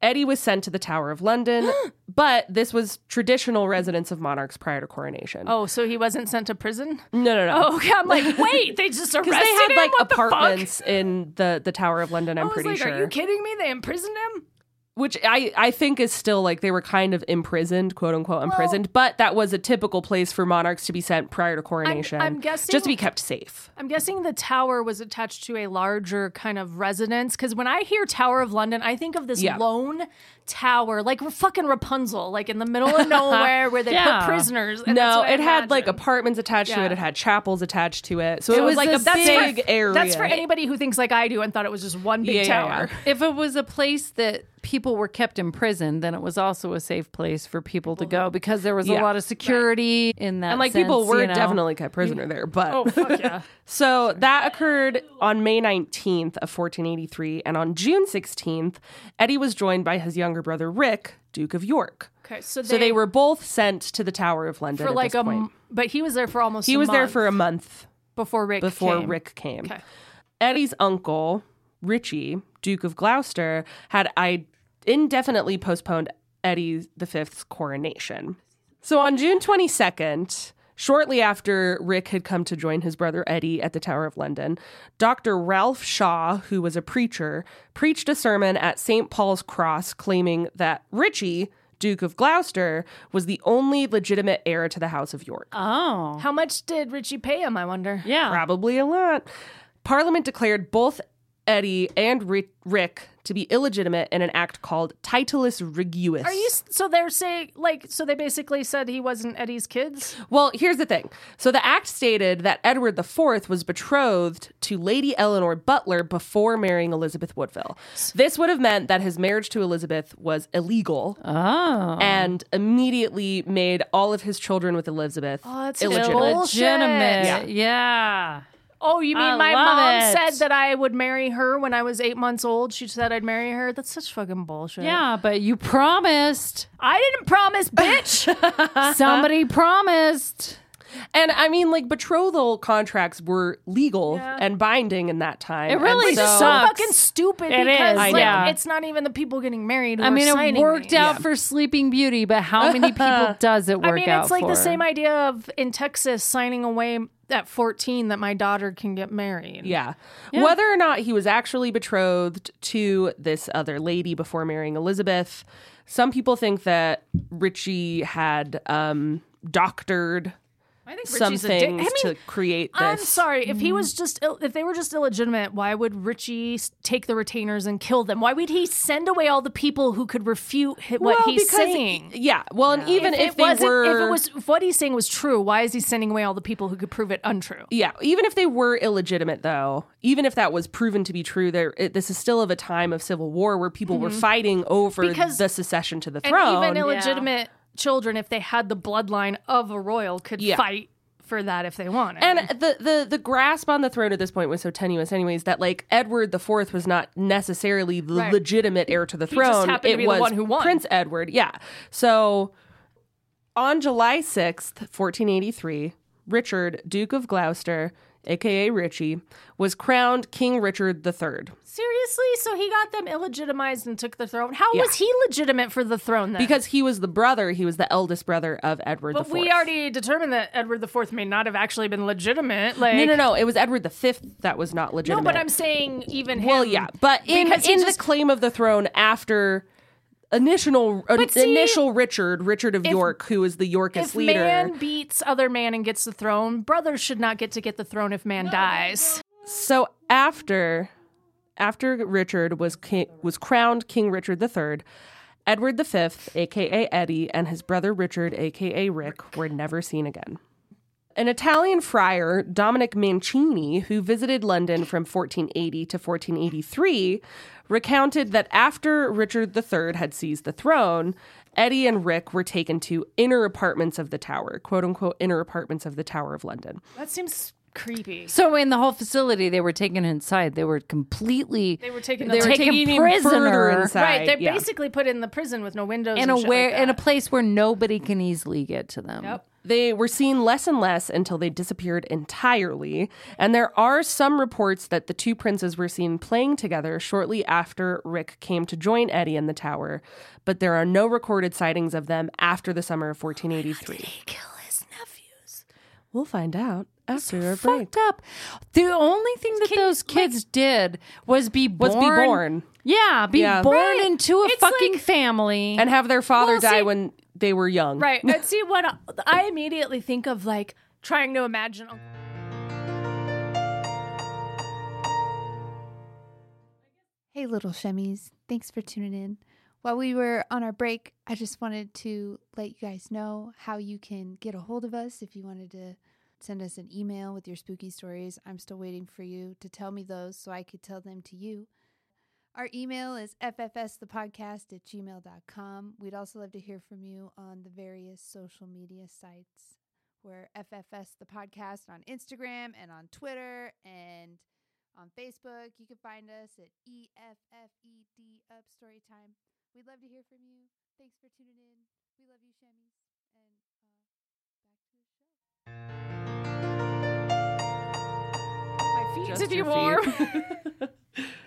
[SPEAKER 3] Eddie was sent to the Tower of London, but this was traditional residence of monarchs prior to coronation.
[SPEAKER 2] Oh, so he wasn't sent to prison?
[SPEAKER 3] no, no, no.
[SPEAKER 2] Okay, I'm like, wait, they just arrested
[SPEAKER 3] Because they had
[SPEAKER 2] him?
[SPEAKER 3] like
[SPEAKER 2] What the fuck?
[SPEAKER 3] apartments in the, the Tower of London, I'm
[SPEAKER 2] I was
[SPEAKER 3] pretty
[SPEAKER 2] like,
[SPEAKER 3] sure.
[SPEAKER 2] are you kidding me? They imprisoned him?
[SPEAKER 3] Which I, I think is still like they were kind of imprisoned, quote unquote imprisoned, but that was a typical place for monarchs to be sent prior to coronation.
[SPEAKER 2] I'm guessing-
[SPEAKER 3] Just to be kept safe.
[SPEAKER 2] I'm guessing the tower was attached to a larger kind of residence because when I hear Tower of London, I think of this
[SPEAKER 3] Yeah.
[SPEAKER 2] lone tower, like fucking Rapunzel, like in the middle of nowhere where they
[SPEAKER 4] Yeah.
[SPEAKER 2] put prisoners. and that's
[SPEAKER 3] No,
[SPEAKER 2] what I
[SPEAKER 3] it had like
[SPEAKER 2] imagine.
[SPEAKER 3] apartments attached to
[SPEAKER 2] Yeah.
[SPEAKER 3] it. It had chapels attached to it. So, it
[SPEAKER 4] it
[SPEAKER 3] was
[SPEAKER 4] was
[SPEAKER 3] like a
[SPEAKER 4] this- that's for-
[SPEAKER 3] big area.
[SPEAKER 2] That's for anybody who thinks like I do and thought it was just one big
[SPEAKER 3] Yeah, yeah,
[SPEAKER 2] tower.
[SPEAKER 3] yeah.
[SPEAKER 4] If it was a place that people were kept in prison, then it was also a safe place for people to go because there was
[SPEAKER 3] Yeah.
[SPEAKER 4] a lot of security in that.
[SPEAKER 3] And like people
[SPEAKER 4] sense,
[SPEAKER 3] were
[SPEAKER 4] you know?
[SPEAKER 3] definitely kept prisoner there. But
[SPEAKER 2] Oh fuck yeah!
[SPEAKER 3] so that occurred on May 19th of 1483. And on June 16th, Eddie was joined by his younger brother, Rick, Duke of York.
[SPEAKER 2] Okay, so they,
[SPEAKER 3] So they were both sent to the Tower of London
[SPEAKER 2] for
[SPEAKER 3] at
[SPEAKER 2] like
[SPEAKER 3] this
[SPEAKER 2] a,
[SPEAKER 3] point.
[SPEAKER 2] m- but he was there for almost
[SPEAKER 3] He
[SPEAKER 2] a
[SPEAKER 3] was there
[SPEAKER 2] month
[SPEAKER 3] for a month
[SPEAKER 2] before Rick
[SPEAKER 3] before
[SPEAKER 2] came.
[SPEAKER 3] Rick came.
[SPEAKER 2] Okay.
[SPEAKER 3] Eddie's uncle, Richie, Duke of Gloucester, had I indefinitely postponed Eddie V's coronation. So on June 22nd, shortly after Rick had come to join his brother Eddie at the Tower of London, Dr. Ralph Shaw, who was a preacher, preached a sermon at St. Paul's Cross claiming that Richie, Duke of Gloucester, was the only legitimate heir to the House of York.
[SPEAKER 4] Oh,
[SPEAKER 2] How much did Richie pay him? I wonder.
[SPEAKER 4] yeah.
[SPEAKER 3] Probably a lot. Parliament declared both Eddie and Ri- Rick to be illegitimate in an act called Titulus Riguus.
[SPEAKER 2] Are you s- so they're saying like so they basically said he wasn't Eddie's kids?
[SPEAKER 3] well, here's the thing. So the act stated that Edward IV was betrothed to Lady Eleanor Butler before marrying Elizabeth Woodville. This would have meant that his marriage to Elizabeth was illegal
[SPEAKER 4] Oh,
[SPEAKER 3] and immediately made all of his children with Elizabeth
[SPEAKER 2] Oh, that's
[SPEAKER 3] illegitimate.
[SPEAKER 2] bull-
[SPEAKER 4] legitimate. Yeah.
[SPEAKER 2] Bullshit. Oh, you mean
[SPEAKER 4] I
[SPEAKER 2] my
[SPEAKER 4] love
[SPEAKER 2] mom
[SPEAKER 4] it.
[SPEAKER 2] said that I would marry her when I was eight months old? She said I'd marry her. That's such fucking bullshit.
[SPEAKER 4] Yeah, but you promised.
[SPEAKER 2] I didn't promise, bitch.
[SPEAKER 4] Somebody promised.
[SPEAKER 3] And I mean, like betrothal contracts were legal and binding in that time.
[SPEAKER 4] It really
[SPEAKER 3] and
[SPEAKER 4] just
[SPEAKER 3] so-
[SPEAKER 2] so
[SPEAKER 4] Sucks.
[SPEAKER 2] fucking stupid
[SPEAKER 4] It
[SPEAKER 2] because
[SPEAKER 4] is,
[SPEAKER 2] like
[SPEAKER 4] yeah.
[SPEAKER 2] it's not even the people getting married. Who
[SPEAKER 4] I mean,
[SPEAKER 2] are
[SPEAKER 4] it
[SPEAKER 2] signing
[SPEAKER 4] worked
[SPEAKER 2] these.
[SPEAKER 4] out for Sleeping Beauty, but how many people does it work
[SPEAKER 2] I mean,
[SPEAKER 4] out
[SPEAKER 2] it's like
[SPEAKER 4] for?
[SPEAKER 2] the same idea of in Texas signing away at 14 that my daughter can get married.
[SPEAKER 3] Yeah. Whether or not he was actually betrothed to this other lady before marrying Elizabeth, some people think that Richie had um, doctored
[SPEAKER 2] I think
[SPEAKER 3] some
[SPEAKER 2] Richie's a dick. I
[SPEAKER 3] things
[SPEAKER 2] mean,
[SPEAKER 3] to create this. Mm.
[SPEAKER 2] I'm sorry. If he was just Ill- if they were just illegitimate, why would Richie s- take the retainers and kill them? Why would he send away all the people who could refute hi- what
[SPEAKER 3] Well,
[SPEAKER 2] he's
[SPEAKER 3] because-
[SPEAKER 2] saying?
[SPEAKER 3] Yeah. Well, and even if,
[SPEAKER 2] it
[SPEAKER 3] they
[SPEAKER 2] wasn't,
[SPEAKER 3] were,
[SPEAKER 2] if it was if what he's saying was true, why is he sending away all the people who could prove it untrue?
[SPEAKER 3] Yeah, even if they were illegitimate, though, even if that was proven to be true, there it, this is still of a time of civil war where people were fighting over
[SPEAKER 2] Mm-hmm. Because-
[SPEAKER 3] the secession to the
[SPEAKER 2] And
[SPEAKER 3] throne.
[SPEAKER 2] even illegitimate children, if they had the bloodline of a royal, could
[SPEAKER 3] Yeah.
[SPEAKER 2] fight for that if they wanted.
[SPEAKER 3] and the, the the grasp on the throne at this point was so tenuous, anyways, that like Edward IV was not necessarily the
[SPEAKER 2] Right.
[SPEAKER 3] legitimate heir to the
[SPEAKER 2] just
[SPEAKER 3] throne.
[SPEAKER 2] happened to
[SPEAKER 3] it
[SPEAKER 2] be the
[SPEAKER 3] was
[SPEAKER 2] one who won.
[SPEAKER 3] Prince Edward. Yeah. So on July sixth, fourteen eighty three, Richard, Duke of Gloucester, aka Richie, was crowned King Richard III.
[SPEAKER 2] Seriously? So he got them illegitimized and took the throne. How
[SPEAKER 3] Yeah.
[SPEAKER 2] was he legitimate for the throne then?
[SPEAKER 3] Because he was the brother, he was the eldest brother of Edward
[SPEAKER 2] but
[SPEAKER 3] the
[SPEAKER 2] we
[SPEAKER 3] Fourth.
[SPEAKER 2] already determined that Edward IV may not have actually been legitimate. Like
[SPEAKER 3] No, no, no. It was Edward the Fifth that was not
[SPEAKER 2] No,
[SPEAKER 3] legitimate.
[SPEAKER 2] but I'm saying even him.
[SPEAKER 3] Well, yeah, but in
[SPEAKER 2] Because he
[SPEAKER 3] in
[SPEAKER 2] just-
[SPEAKER 3] the claim of the throne after initial uh,
[SPEAKER 2] see,
[SPEAKER 3] initial Richard, Richard of York, who is the Yorkist
[SPEAKER 2] if
[SPEAKER 3] leader.
[SPEAKER 2] man beats other man and gets the throne, brother should not get to get the throne if man dies.
[SPEAKER 3] So after after Richard was ki- was crowned King Richard III, Edward V, aka Eddie, and his brother Richard, aka Rick, were never seen again. An Italian friar, Dominic Mancini, who visited London from 1480 to 1483, recounted that after Richard III had seized the throne, Eddie and Rick were taken to inner apartments of the tower, quote unquote, inner apartments of the Tower of London.
[SPEAKER 2] That seems creepy.
[SPEAKER 4] So in the whole facility, they were taken inside. They were completely
[SPEAKER 2] They were taken.
[SPEAKER 4] they were taken
[SPEAKER 2] him
[SPEAKER 4] prisoner
[SPEAKER 2] further
[SPEAKER 3] inside,
[SPEAKER 2] Right. They're
[SPEAKER 3] yeah.
[SPEAKER 2] basically put in the prison with no windows
[SPEAKER 4] in
[SPEAKER 2] and
[SPEAKER 4] a
[SPEAKER 2] shit
[SPEAKER 4] where
[SPEAKER 2] like
[SPEAKER 4] in a
[SPEAKER 2] that.
[SPEAKER 4] place where nobody can easily get to them.
[SPEAKER 2] Yep.
[SPEAKER 3] They were seen less and less until they disappeared entirely, and there are some reports that the two princes were seen playing together shortly after Rick came to join Eddie in the tower, but there are no recorded sightings of them after the summer of 1483.
[SPEAKER 4] Kill his nephews.
[SPEAKER 3] We'll find out after our break.
[SPEAKER 4] Fucked up. The only thing that those kids did was be born.
[SPEAKER 3] Was be born.
[SPEAKER 4] Yeah, be
[SPEAKER 3] Yeah.
[SPEAKER 4] born
[SPEAKER 2] Right.
[SPEAKER 4] into a
[SPEAKER 2] It's
[SPEAKER 4] fucking
[SPEAKER 2] like-
[SPEAKER 4] family.
[SPEAKER 3] And have their father
[SPEAKER 2] Well,
[SPEAKER 3] die
[SPEAKER 2] see-
[SPEAKER 3] when they were young.
[SPEAKER 2] Right. And see what I immediately think of like trying to imagine.
[SPEAKER 5] Hey, little shemmies. Thanks for tuning in. While we were on our break, I just wanted to let you guys know how you can get a hold of us if you wanted to send us an email with your spooky stories. I'm still waiting for you to tell me those so I could tell them to you. Our email is ffsthepodcast at gmail.com. We'd also love to hear from you on the various social media sites. We're FFS the podcast on Instagram and on Twitter and on Facebook. You can find us at E EFFED Up Storytime. We'd love to hear from you. Thanks for tuning in. We love you, Shemmies. And uh, back
[SPEAKER 3] Just
[SPEAKER 2] My feet to
[SPEAKER 5] to the show.
[SPEAKER 2] be
[SPEAKER 3] your
[SPEAKER 2] warm.
[SPEAKER 3] feet.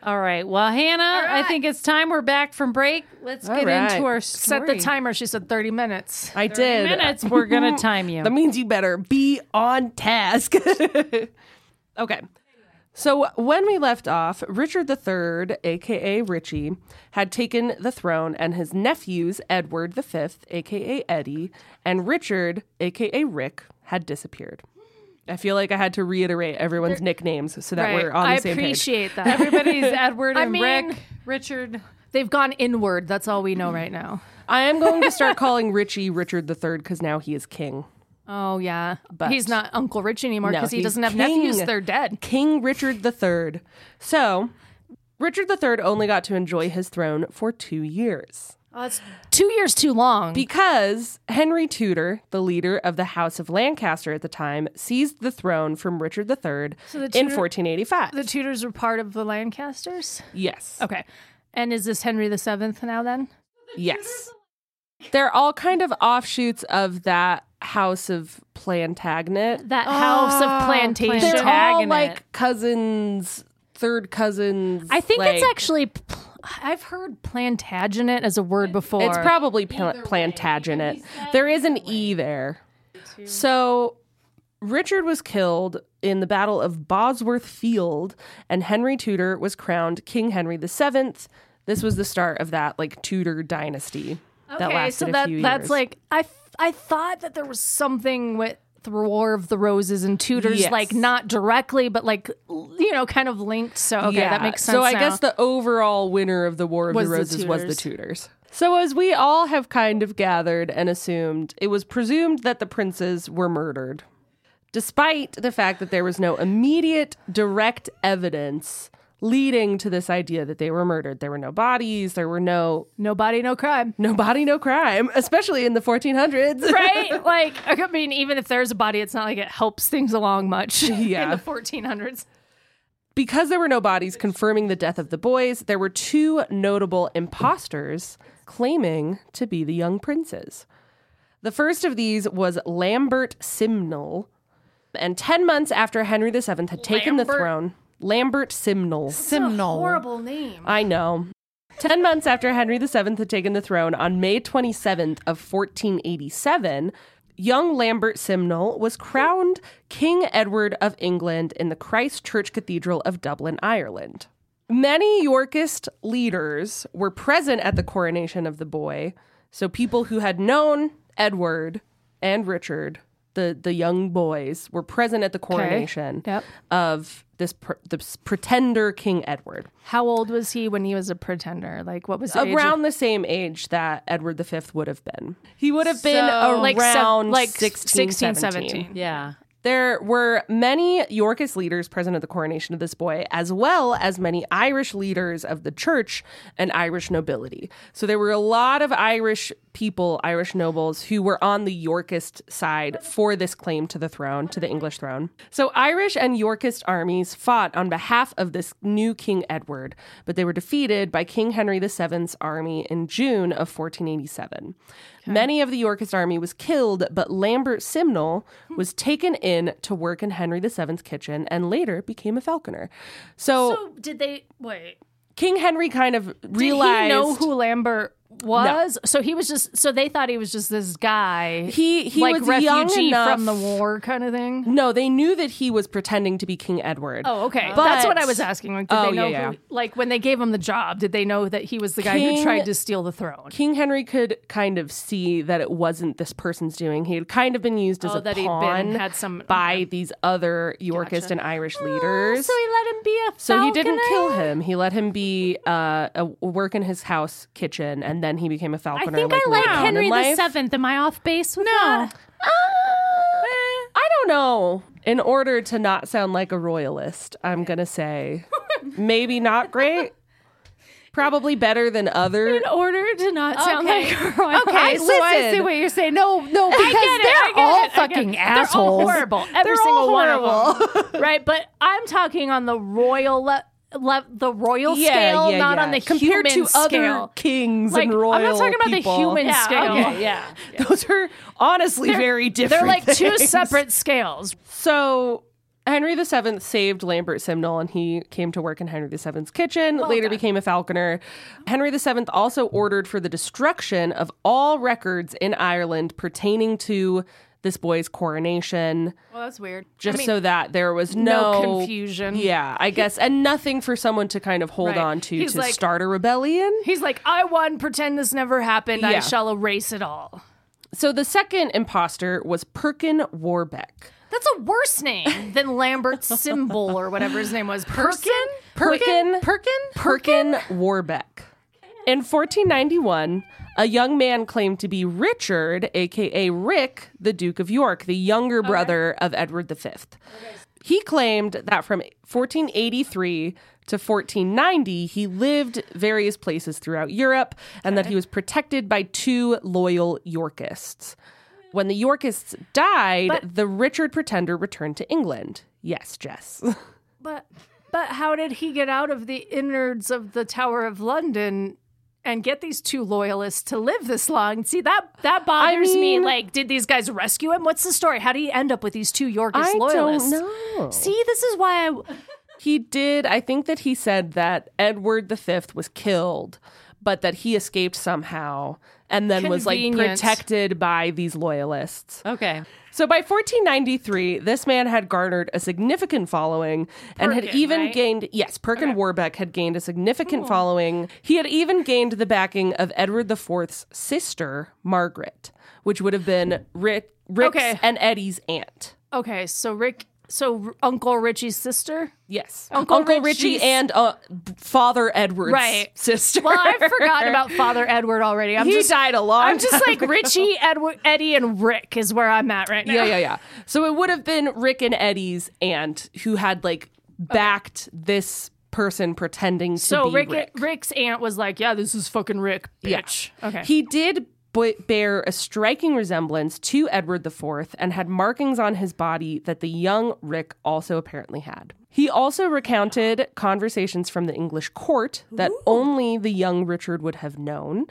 [SPEAKER 4] All right. Well, Hannah, I
[SPEAKER 2] right.
[SPEAKER 4] think it's time we're back from break. Let's
[SPEAKER 3] All
[SPEAKER 4] get
[SPEAKER 3] right.
[SPEAKER 4] into our
[SPEAKER 2] Set
[SPEAKER 4] story.
[SPEAKER 2] the timer. She said 30 minutes.
[SPEAKER 3] I did.
[SPEAKER 4] Minutes. We're gonna time you.
[SPEAKER 3] That means you better be on task. okay. So when we left off, Richard III, aka Richie, had taken the throne, and his nephews, Edward V, aka Eddie, and Richard, aka Rick, had disappeared. I feel like I had to reiterate everyone's nicknames so that
[SPEAKER 2] Right.
[SPEAKER 3] we're on the
[SPEAKER 2] I
[SPEAKER 3] same page.
[SPEAKER 2] appreciate that.
[SPEAKER 4] Everybody's Edward
[SPEAKER 2] I
[SPEAKER 4] and
[SPEAKER 2] mean-
[SPEAKER 4] Rick, Richard.
[SPEAKER 2] They've gone inward. That's all we know
[SPEAKER 3] Mm.
[SPEAKER 2] right now.
[SPEAKER 3] I am going to start calling Richie Richard III because now he is king.
[SPEAKER 2] Oh yeah,
[SPEAKER 3] But-
[SPEAKER 2] but he's not Uncle Rich anymore
[SPEAKER 3] No,
[SPEAKER 2] because he
[SPEAKER 3] he's
[SPEAKER 2] doesn't have
[SPEAKER 3] king.
[SPEAKER 2] nephews. They're dead.
[SPEAKER 3] King Richard III. So, Richard III only got to enjoy his throne for two years
[SPEAKER 2] that's two years too long.
[SPEAKER 3] because Henry Tudor, the leader of the House of Lancaster at the time, seized the throne from Richard III
[SPEAKER 2] the
[SPEAKER 3] in
[SPEAKER 2] Tudor-
[SPEAKER 3] 1485.
[SPEAKER 2] the Tudors were part of the Lancasters.
[SPEAKER 3] yes.
[SPEAKER 2] Okay, and is this Henry the Seventh now? Then
[SPEAKER 3] Yes. They're all kind of offshoots of that House of Plantagenet.
[SPEAKER 2] that House of Plantation.
[SPEAKER 3] They're all
[SPEAKER 4] Plantagenet.
[SPEAKER 3] like cousins, third cousins.
[SPEAKER 2] I think it's
[SPEAKER 3] like-
[SPEAKER 2] actually. pl- I've heard Plantagenet as a word before.
[SPEAKER 3] It's probably pla- Plantagenet. There is an E there. So Richard was killed in the Battle of Bosworth Field, and Henry Tudor was crowned King Henry VII. This was the start of that like Tudor dynasty that
[SPEAKER 2] okay.
[SPEAKER 3] lasted
[SPEAKER 2] So
[SPEAKER 3] a
[SPEAKER 2] that
[SPEAKER 3] few
[SPEAKER 2] that's
[SPEAKER 3] years.
[SPEAKER 2] like I f- I thought that there was something with. The War of the Roses and Tudors,
[SPEAKER 3] Yes.
[SPEAKER 2] like not directly, but like l- you know, kind of linked. So okay,
[SPEAKER 3] Yeah.
[SPEAKER 2] that makes sense.
[SPEAKER 3] So I
[SPEAKER 2] now.
[SPEAKER 3] guess the overall winner of the War of
[SPEAKER 2] Was
[SPEAKER 3] the
[SPEAKER 2] the
[SPEAKER 3] Roses was the
[SPEAKER 2] Tudors.
[SPEAKER 3] Tudors. So as we all have kind of gathered and assumed, it was presumed that the princes were murdered. Despite the fact that there was no immediate direct evidence leading to this idea that they were murdered. There were no bodies, there were no
[SPEAKER 2] nobody, no crime.
[SPEAKER 3] no body, no crime, especially in the 1400s.
[SPEAKER 2] right? Like, I mean, even if there's a body, it's not like it helps things along much.
[SPEAKER 3] Yeah.
[SPEAKER 2] In the 1400s.
[SPEAKER 3] Because there were no bodies confirming the death of the boys, there were two notable imposters claiming to be the young princes. The first of these was Lambert Simnel, and 10 months after Henry VII had taken the
[SPEAKER 2] Lambert?
[SPEAKER 3] throne, Lambert Simnel.
[SPEAKER 4] Simnel.
[SPEAKER 2] horrible name.
[SPEAKER 3] I know. 10 months after Henry VII had taken the throne on May 27th of 1487, young Lambert Simnel was crowned King Edward of England in the Christ Church Cathedral of Dublin, Ireland. Many Yorkist leaders were present at the coronation of the boy, so people who had known Edward and Richard the the young boys were present at the coronation
[SPEAKER 2] Yep.
[SPEAKER 3] of this pr- this pretender King Edward,
[SPEAKER 2] How old was he when he was a pretender? Like, what was the age of-
[SPEAKER 3] around the same age that Edward V would have been. He would have been
[SPEAKER 2] So,
[SPEAKER 3] around
[SPEAKER 2] like, se- like
[SPEAKER 3] 16,
[SPEAKER 2] 16,
[SPEAKER 3] 17.
[SPEAKER 2] 17.
[SPEAKER 4] Yeah.
[SPEAKER 3] There were many Yorkist leaders present at the coronation of this boy, as well as many Irish leaders of the church and Irish nobility. So there were a lot of Irish people, Irish nobles, who were on the Yorkist side for this claim to the throne, to the English throne. So Irish and Yorkist armies fought on behalf of this new King Edward, but they were defeated by King Henry VII's army in June of 1487. Many of the Yorkist army was killed, but Lambert Simnel was taken in to work in Henry VII's kitchen and later became a falconer. So,
[SPEAKER 2] So did they wait?
[SPEAKER 3] King Henry kind of
[SPEAKER 2] Did
[SPEAKER 3] realized
[SPEAKER 2] he know who Lambert was? So he was just. So they thought he was just this guy.
[SPEAKER 3] he, he
[SPEAKER 2] like
[SPEAKER 3] was
[SPEAKER 2] refugee
[SPEAKER 3] young enough.
[SPEAKER 2] from the war kind of thing.
[SPEAKER 3] No, they knew that he was pretending to be King Edward.
[SPEAKER 2] Oh, okay.
[SPEAKER 3] But-
[SPEAKER 2] That's what I was asking. Like, did
[SPEAKER 3] Oh,
[SPEAKER 2] they know
[SPEAKER 3] yeah, yeah.
[SPEAKER 2] Who, like when they gave him the job, did they know that he was the guy
[SPEAKER 3] King-
[SPEAKER 2] who tried to steal the throne?
[SPEAKER 3] King Henry could kind of see that it wasn't this person's doing. He had kind of been used as
[SPEAKER 2] Oh,
[SPEAKER 3] a
[SPEAKER 2] that he'd been-
[SPEAKER 3] pawn
[SPEAKER 2] had some- Oh,
[SPEAKER 3] by these other Yorkist and Irish leaders.
[SPEAKER 2] he let him be a
[SPEAKER 3] So he didn't kill him. He let him be uh, a work in his house kitchen, and then he became a
[SPEAKER 2] I
[SPEAKER 3] falconer.
[SPEAKER 2] think I like
[SPEAKER 3] later on in
[SPEAKER 2] Henry the
[SPEAKER 3] life.
[SPEAKER 2] Seventh. Am I off base with no. that?
[SPEAKER 3] I don't know. In order to not sound like a royalist, I'm gonna say maybe not great. Probably better than other.
[SPEAKER 2] In order to not sound
[SPEAKER 5] Okay.
[SPEAKER 2] like a royal.
[SPEAKER 3] Okay, I- so I listen. see what
[SPEAKER 2] you're saying. No, no, because
[SPEAKER 5] they're all fucking assholes.
[SPEAKER 2] They're all horrible. Every
[SPEAKER 3] They're
[SPEAKER 2] single
[SPEAKER 3] all
[SPEAKER 2] one of them. right, but I'm talking on the royal le- le- the royal scale, not on the
[SPEAKER 3] compared
[SPEAKER 2] human
[SPEAKER 3] to
[SPEAKER 2] scale.
[SPEAKER 3] other kings
[SPEAKER 2] like,
[SPEAKER 3] and royal.
[SPEAKER 2] I'm not talking about
[SPEAKER 3] people.
[SPEAKER 2] the human
[SPEAKER 4] Yeah,
[SPEAKER 2] scale.
[SPEAKER 4] okay, yeah.
[SPEAKER 3] Those are honestly very different.
[SPEAKER 2] They're like two
[SPEAKER 3] things.
[SPEAKER 2] separate scales.
[SPEAKER 3] So Henry VII saved Lambert Simnel and he came to work in Henry VII's kitchen,
[SPEAKER 2] Oh,
[SPEAKER 3] later became a falconer. Henry VII also ordered for the destruction of all records in Ireland pertaining to this boy's coronation,
[SPEAKER 2] Well, that's weird.
[SPEAKER 3] just so that there was
[SPEAKER 2] no
[SPEAKER 3] no,
[SPEAKER 2] confusion.
[SPEAKER 3] Yeah, I guess. And nothing for someone to kind of hold
[SPEAKER 2] Right.
[SPEAKER 3] on to
[SPEAKER 2] He's
[SPEAKER 3] to
[SPEAKER 2] like-
[SPEAKER 3] start a rebellion.
[SPEAKER 2] He's like, I won. Pretend this never happened. I
[SPEAKER 3] Yeah.
[SPEAKER 2] shall erase it all.
[SPEAKER 3] So the second imposter was Perkin Warbeck.
[SPEAKER 2] That's a worse name than Lambert Symbol or whatever his name was. Person?
[SPEAKER 3] Perkin?
[SPEAKER 2] Perkin?
[SPEAKER 3] Perkin Warbeck. In 1491, a young man claimed to be Richard, aka Rick, the Duke of York, the younger brother of Edward V. He claimed that from 1483 to 1490, he lived various places throughout Europe and that he was protected by two loyal Yorkists. When the Yorkists died, the Richard pretender returned to England. Yes, Jess.
[SPEAKER 2] But but how did he get out of the innards of the Tower of London and get these two loyalists to live this long? See that that bothers
[SPEAKER 3] mean-
[SPEAKER 2] me. Like, did these guys rescue him? What's the story? How did he end up with these two Yorkist
[SPEAKER 3] I
[SPEAKER 2] loyalists?
[SPEAKER 3] don't know.
[SPEAKER 2] See, this is why I
[SPEAKER 3] He did. I think that he said that Edward V was killed, but that he escaped somehow and then was like
[SPEAKER 2] Convenient. Oh.
[SPEAKER 3] protected by these loyalists.
[SPEAKER 4] Okay.
[SPEAKER 3] So by 1493, this man had garnered a significant following and had
[SPEAKER 2] Perkin,
[SPEAKER 3] even
[SPEAKER 2] right?
[SPEAKER 3] gained, yes, Perkin Warbeck had gained a significant following. He had even gained the backing of Edward IV's sister, Margaret, which would have been Rick, Rick's
[SPEAKER 2] Okay.
[SPEAKER 3] and Eddie's aunt.
[SPEAKER 2] Okay, so Rick so Uncle Richie's sister?
[SPEAKER 3] Yes.
[SPEAKER 2] Uncle
[SPEAKER 3] Richie
[SPEAKER 2] Richie's-
[SPEAKER 3] and uh, b- Father Edward's
[SPEAKER 2] Right.
[SPEAKER 3] sister.
[SPEAKER 2] Well, I've forgotten about Father Edward already. I'm
[SPEAKER 3] He
[SPEAKER 2] just
[SPEAKER 3] died a long
[SPEAKER 2] I'm just
[SPEAKER 3] time
[SPEAKER 2] like
[SPEAKER 3] ago.
[SPEAKER 2] Richie, Edward, Eddie, and Rick is where I'm at right now.
[SPEAKER 3] Yeah, yeah, yeah. So it would have been Rick and Eddie's aunt who had like backed this person pretending to
[SPEAKER 2] So
[SPEAKER 3] be
[SPEAKER 2] Rick,
[SPEAKER 3] Rick.
[SPEAKER 2] Rick's aunt was like, "Yeah, this is fucking Rick,
[SPEAKER 3] Yeah.
[SPEAKER 2] bitch." Okay.
[SPEAKER 3] He did b- bear a striking resemblance to Edward IV and had markings on his body that the young Rick also apparently had. He also recounted conversations from the English court that only the young Richard would have known.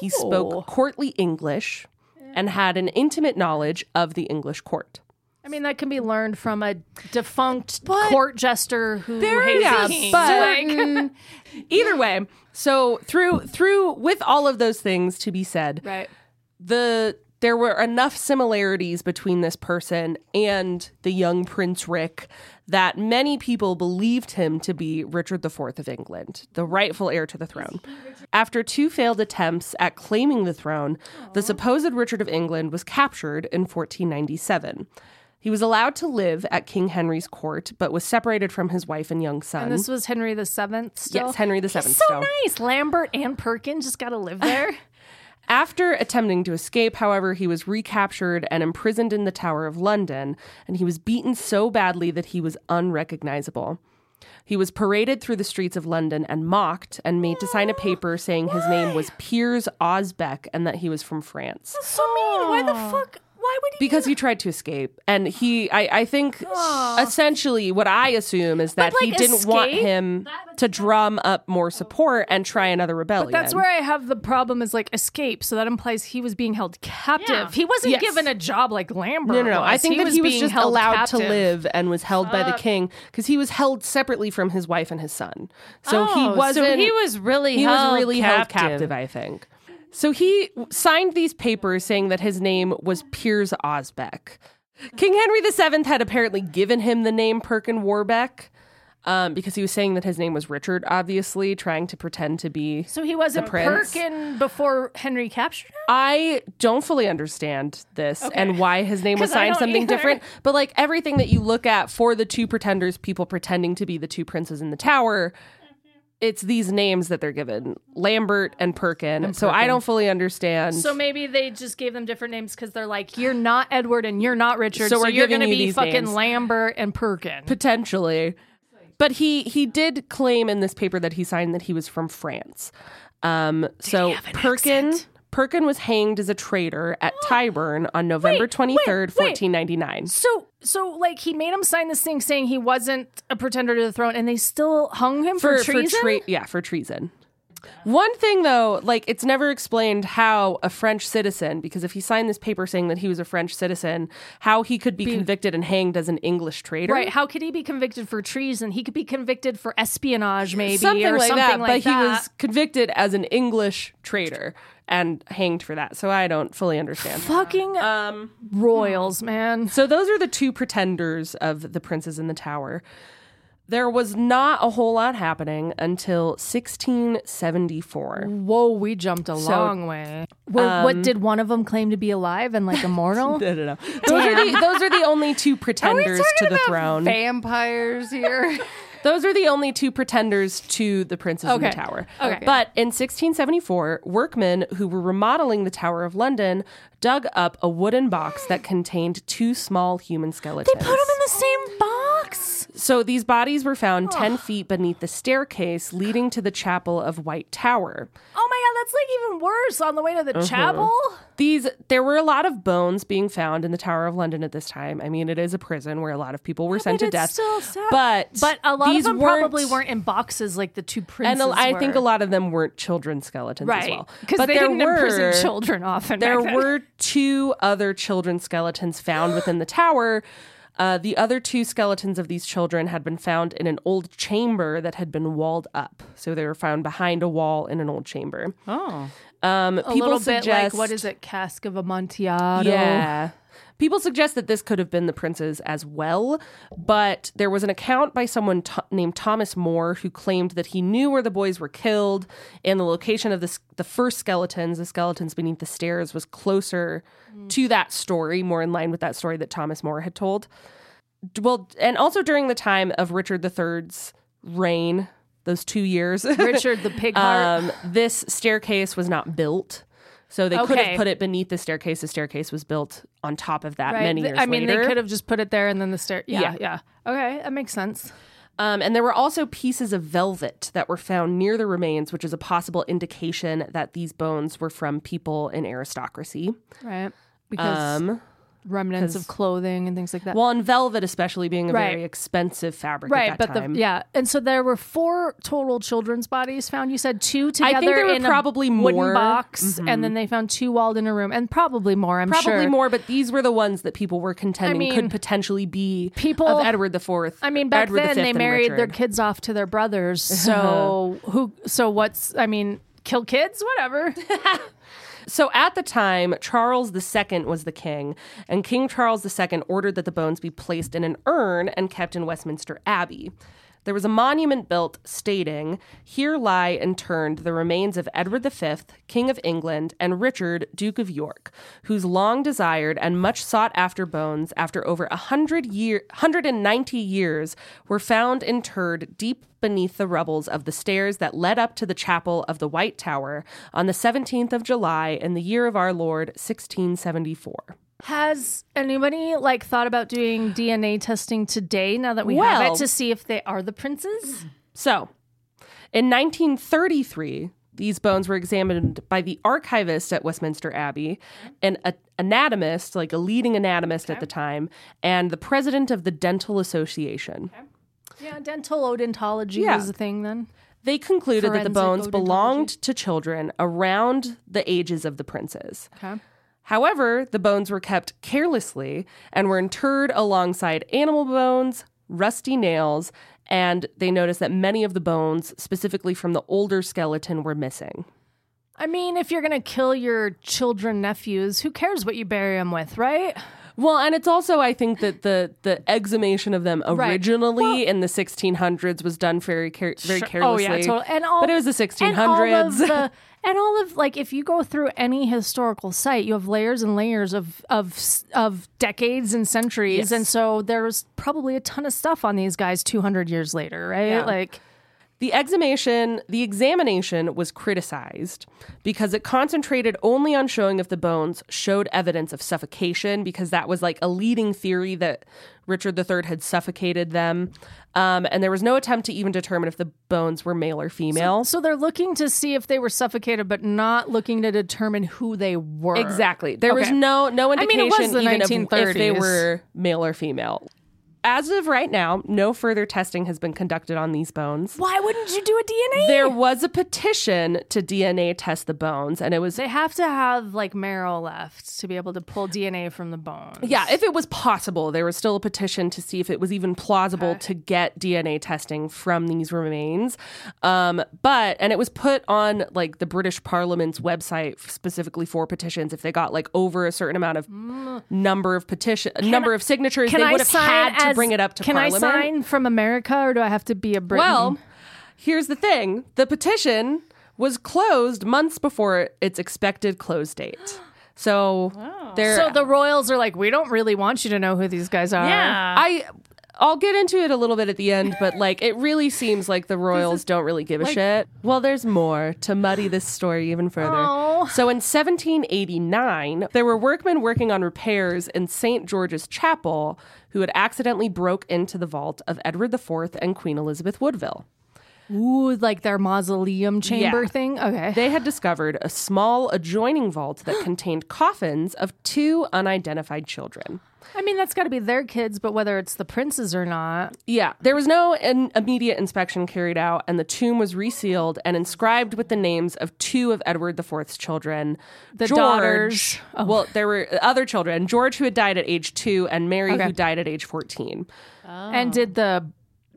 [SPEAKER 3] He spoke courtly English and had an intimate knowledge of the English court.
[SPEAKER 2] I mean, that can be learned from a defunct court jester who hates
[SPEAKER 3] yeah,
[SPEAKER 2] the king.
[SPEAKER 3] but-
[SPEAKER 2] like,
[SPEAKER 3] Either way, so through through with all of those things to be said,
[SPEAKER 2] right.
[SPEAKER 3] the there were enough similarities between this person and the young Prince Rick that many people believed him to be Richard IV of England, the rightful heir to the throne. After two failed attempts at claiming the throne, the supposed Richard of England was captured in 1497. He was allowed to live at King Henry's court, but was separated from his wife and young son.
[SPEAKER 2] And this was Henry the Seventh. Still,
[SPEAKER 3] yes, Henry VII.
[SPEAKER 2] so
[SPEAKER 3] still.
[SPEAKER 2] nice. Lambert and Perkin just got to live there.
[SPEAKER 3] After attempting to escape, however, he was recaptured and imprisoned in the Tower of London, and he was beaten so badly that he was unrecognizable. He was paraded through the streets of London and mocked and made to sign a paper saying his name was Piers Osbeck and that he was from France
[SPEAKER 2] so mean. Why the fuck? Why would he?
[SPEAKER 3] because he tried to escape. And he, I, I think, essentially what I assume is that he
[SPEAKER 2] like,
[SPEAKER 3] didn't want
[SPEAKER 2] escape?
[SPEAKER 3] him to drum up more support and try another rebellion.
[SPEAKER 2] That's where I have the problem is like escape. So that implies he was being held captive. He wasn't
[SPEAKER 3] Yes.
[SPEAKER 2] given a job like Lambert.
[SPEAKER 3] No, no, no.
[SPEAKER 2] Was.
[SPEAKER 3] I think that he was
[SPEAKER 2] being
[SPEAKER 3] just
[SPEAKER 2] held
[SPEAKER 3] allowed to
[SPEAKER 2] captive.
[SPEAKER 3] live and was held by the king because he was held separately from his wife and his son. So
[SPEAKER 4] Oh,
[SPEAKER 3] he wasn't.
[SPEAKER 4] So he was really
[SPEAKER 3] he was
[SPEAKER 4] held
[SPEAKER 3] really
[SPEAKER 4] captive.
[SPEAKER 3] held captive. I think. So he w- signed these papers saying that his name was Piers Osbeck. King Henry VII had apparently given him the name Perkin Warbeck um, because he was saying that his name was Richard, obviously, trying to pretend to be.
[SPEAKER 2] So he wasn't
[SPEAKER 3] prince.
[SPEAKER 2] Perkin before Henry captured him.
[SPEAKER 3] I don't fully understand this and why his name was
[SPEAKER 2] 'Cause I
[SPEAKER 3] signed
[SPEAKER 2] don't
[SPEAKER 3] something
[SPEAKER 2] either.
[SPEAKER 3] different. But like everything that you look at for the two pretenders, people pretending to be the two princes in the tower, it's these names that they're given Lambert and Perkin. So I don't fully understand.
[SPEAKER 2] So maybe they just gave them different names because they're like, you're not Edward and you're not Richard,
[SPEAKER 3] So
[SPEAKER 2] so,
[SPEAKER 3] we're
[SPEAKER 2] you're
[SPEAKER 3] giving
[SPEAKER 2] going to
[SPEAKER 3] you
[SPEAKER 2] be
[SPEAKER 3] these
[SPEAKER 2] fucking
[SPEAKER 3] names."
[SPEAKER 2] Lambert and Perkin.
[SPEAKER 3] potentially. But he he did claim in this paper that he signed that he was from France. Um, so Perkin Perkin was hanged as a traitor at Tyburn on November
[SPEAKER 2] wait,
[SPEAKER 3] twenty third,
[SPEAKER 2] wait.
[SPEAKER 3] fourteen ninety nine.
[SPEAKER 2] so, so like he made him sign this thing saying he wasn't a pretender to the throne, and they still hung him for, treason.
[SPEAKER 3] trea- yeah, for treason. One thing though, like it's never explained how a French citizen, because if he signed this paper saying that he was a French citizen, how he could be, convicted and hanged as an English traitor.
[SPEAKER 2] Right? How could he be convicted for treason? He could be convicted for espionage, maybe
[SPEAKER 3] something
[SPEAKER 2] or
[SPEAKER 3] like
[SPEAKER 2] something
[SPEAKER 3] that.
[SPEAKER 2] like
[SPEAKER 3] but
[SPEAKER 2] that.
[SPEAKER 3] he was convicted as an English traitor and hanged for that. So I don't fully understand.
[SPEAKER 2] fucking royals, man.
[SPEAKER 3] So those are the two pretenders of the princes in the tower. There was not a whole lot happening until 1674.
[SPEAKER 2] Whoa, we jumped a long way. Were- what did one of them claim to be alive and like immortal?
[SPEAKER 3] No, no, no. Those are, the, those are the only two pretenders to the throne.
[SPEAKER 4] Vampires here.
[SPEAKER 3] Those are the only two pretenders to the princes in the
[SPEAKER 2] Okay.
[SPEAKER 3] tower.
[SPEAKER 2] Okay.
[SPEAKER 3] But in 1674, workmen who were remodeling the Tower of London dug up a wooden box that contained two small human skeletons. They put them
[SPEAKER 2] the same box.
[SPEAKER 3] so these bodies were found 10 feet beneath the staircase leading to the chapel of White Tower.
[SPEAKER 2] Oh my god, that's like even worse. On the way to the chapel.
[SPEAKER 3] These there were a lot of bones being found in the Tower of London at this time. I mean, it is a prison where a lot of people were sent to
[SPEAKER 2] it's
[SPEAKER 3] death.
[SPEAKER 2] still sad.
[SPEAKER 3] But
[SPEAKER 2] But a lot
[SPEAKER 3] these
[SPEAKER 2] of them probably weren't in boxes like the two princes.
[SPEAKER 3] and a- I think a
[SPEAKER 2] were.
[SPEAKER 3] lot of them weren't children's skeletons as
[SPEAKER 2] right
[SPEAKER 3] well.
[SPEAKER 2] because
[SPEAKER 3] But
[SPEAKER 2] they
[SPEAKER 3] there
[SPEAKER 2] didn't
[SPEAKER 3] were,
[SPEAKER 2] imprison children often. back
[SPEAKER 3] There
[SPEAKER 2] then.
[SPEAKER 3] were two other children's skeletons found within the tower. Uh, the other two skeletons of these children had been found in an old chamber that had been walled up. So they were found behind a wall in an old chamber.
[SPEAKER 4] oh.
[SPEAKER 3] Um,
[SPEAKER 2] a
[SPEAKER 3] people
[SPEAKER 2] little
[SPEAKER 3] suggest,
[SPEAKER 2] bit like what is it, cask of Amontillado?
[SPEAKER 3] Yeah. People suggest that this could have been the princes as well, but there was an account by someone t- named Thomas Moore who claimed that he knew where the boys were killed and the location of the, s- the first skeletons, the skeletons beneath the stairs, was closer to that story, more in line with that story that Thomas Moore had told. D- Well, and also during the time of Richard III's reign, those two years,
[SPEAKER 2] Richard the pig heart.
[SPEAKER 3] um, this staircase was not built. So they could have
[SPEAKER 2] Okay.
[SPEAKER 3] put it beneath the staircase. The staircase was built on top of that
[SPEAKER 2] right?
[SPEAKER 3] many
[SPEAKER 2] Th-
[SPEAKER 3] years
[SPEAKER 2] I mean,
[SPEAKER 3] later.
[SPEAKER 2] they could have just put it there and then the stair.
[SPEAKER 3] Yeah.
[SPEAKER 2] Yeah, yeah, Okay, that makes sense.
[SPEAKER 3] Um, and there were also pieces of velvet that were found near the remains, which is a possible indication that these bones were from people in aristocracy.
[SPEAKER 2] Right. Because
[SPEAKER 3] Um,
[SPEAKER 2] remnants of clothing and things like that.
[SPEAKER 3] well, and velvet, especially being a
[SPEAKER 2] Right.
[SPEAKER 3] very expensive fabric
[SPEAKER 2] right,
[SPEAKER 3] at
[SPEAKER 2] but
[SPEAKER 3] that time.
[SPEAKER 2] the yeah, and so there were four total children's bodies found. You said two
[SPEAKER 3] I
[SPEAKER 2] together
[SPEAKER 3] think there were
[SPEAKER 2] in
[SPEAKER 3] probably
[SPEAKER 2] a wooden
[SPEAKER 3] more. Mm-hmm.
[SPEAKER 2] box, and then they found two walled in a room, and probably more. I'm
[SPEAKER 3] Probably
[SPEAKER 2] sure.
[SPEAKER 3] more, but these were the ones that people were contending could
[SPEAKER 2] mean,
[SPEAKER 3] potentially be
[SPEAKER 2] people-
[SPEAKER 3] of Edward the Fourth.
[SPEAKER 2] I mean, back
[SPEAKER 3] Edward
[SPEAKER 2] then
[SPEAKER 3] V
[SPEAKER 2] they
[SPEAKER 3] and
[SPEAKER 2] married their
[SPEAKER 3] Richard.
[SPEAKER 2] kids off to their brothers. So who? So what's? I mean, kill kids, whatever.
[SPEAKER 3] So at the time, Charles II was the king, and King Charles II ordered that the bones be placed in an urn and kept in Westminster Abbey. There was a monument built stating, Here lie interred the remains of Edward V, King of England, and Richard, Duke of York, whose long desired and much sought after bones, after over a hundred year, 190 years, were found interred deep beneath the rubbles of the stairs that led up to the chapel of the White Tower on the 17th of July in the year of our Lord, 1674.
[SPEAKER 2] Has anybody like thought about doing DNA testing today now that we have
[SPEAKER 3] Well-
[SPEAKER 2] it to see if they are the princes?
[SPEAKER 3] So, in 1933, these bones were examined by the archivist at Westminster Abbey, an a- anatomist, like a leading anatomist at the time, and the president of the Dental Association.
[SPEAKER 2] Yeah, dental odontology
[SPEAKER 3] Yeah.
[SPEAKER 2] was a thing then.
[SPEAKER 3] They concluded that the
[SPEAKER 2] Forensic
[SPEAKER 3] bones belonged to children around the ages of the princes.
[SPEAKER 2] Okay.
[SPEAKER 3] However, the bones were kept carelessly and were interred alongside animal bones, rusty nails, and they noticed that many of the bones, specifically from the older skeleton, were missing.
[SPEAKER 2] I mean, if you're gonna kill your children, nephews, who cares what you bury them with, right?
[SPEAKER 3] Well, and it's also I think that the the exhumation of them originally in the 1600s was done very care- very
[SPEAKER 2] Sure.
[SPEAKER 3] carelessly.
[SPEAKER 2] Oh yeah, totally. And all,
[SPEAKER 3] but it was the
[SPEAKER 2] and all of
[SPEAKER 3] 1600s.
[SPEAKER 2] the- and all of like, if you go through any historical site, you have layers and layers of of s- of decades and centuries,
[SPEAKER 3] Yes.
[SPEAKER 2] and so there's probably a ton of stuff on these guys 200 years later, right?
[SPEAKER 3] Yeah.
[SPEAKER 2] Like,
[SPEAKER 3] The exhumation, the examination was criticized because it concentrated only on showing if the bones showed evidence of suffocation, because that was like a leading theory that Richard III had suffocated them. Um, and there was no attempt to even determine if the bones were male or female.
[SPEAKER 2] so they're looking to see if they were suffocated, but not looking to determine who they were.
[SPEAKER 3] Exactly. There was
[SPEAKER 2] Okay.
[SPEAKER 3] no no
[SPEAKER 2] mean, it
[SPEAKER 3] indication
[SPEAKER 2] was the
[SPEAKER 3] even of if they
[SPEAKER 2] 1930s.
[SPEAKER 3] were male or female. As of right now, no further testing has been conducted on these bones.
[SPEAKER 2] Why wouldn't you do a DNA?
[SPEAKER 3] There was a petition to DNA test the bones, and it was
[SPEAKER 2] They have to have like marrow left to be able to pull DNA from the bones.
[SPEAKER 3] Yeah, if it was possible, there was still a petition to see if it was even plausible to get DNA testing from these remains. Um, but and it was put on like the British Parliament's website specifically for petitions. If they got like over a certain amount of
[SPEAKER 2] Mm.
[SPEAKER 3] number of petition number of signatures, they would have had to
[SPEAKER 2] as-
[SPEAKER 3] bring it up to
[SPEAKER 2] can
[SPEAKER 3] Parliament.
[SPEAKER 2] I sign Mm-hmm. from America or do I have to be a Briton?
[SPEAKER 3] Well, here's the thing: the petition was closed months before its expected close date. So there,
[SPEAKER 2] so the royals are like, we don't really want you to know who these guys are.
[SPEAKER 4] Yeah.
[SPEAKER 3] I I'll get into it a little bit at the end, but like it really seems like the royals don't really give a shit. Well, there's more to muddy this story even further. So in 1789, there were workmen working on repairs in St. George's Chapel who had accidentally broke into the vault of Edward IV and Queen Elizabeth Woodville.
[SPEAKER 2] Ooh, like their mausoleum chamber
[SPEAKER 3] Yeah.
[SPEAKER 2] thing. Okay.
[SPEAKER 3] They had discovered a small adjoining vault that contained coffins of two unidentified children.
[SPEAKER 2] I mean, that's got to be their kids, but whether it's the princes or not,
[SPEAKER 3] Yeah, there was no in- immediate inspection carried out, and the tomb was resealed and inscribed with the names of two of Edward IV's children.
[SPEAKER 2] The daughters. Oh.
[SPEAKER 3] Well, there were other children George, who had died at age two, and Mary, who died at age 14.
[SPEAKER 2] and did the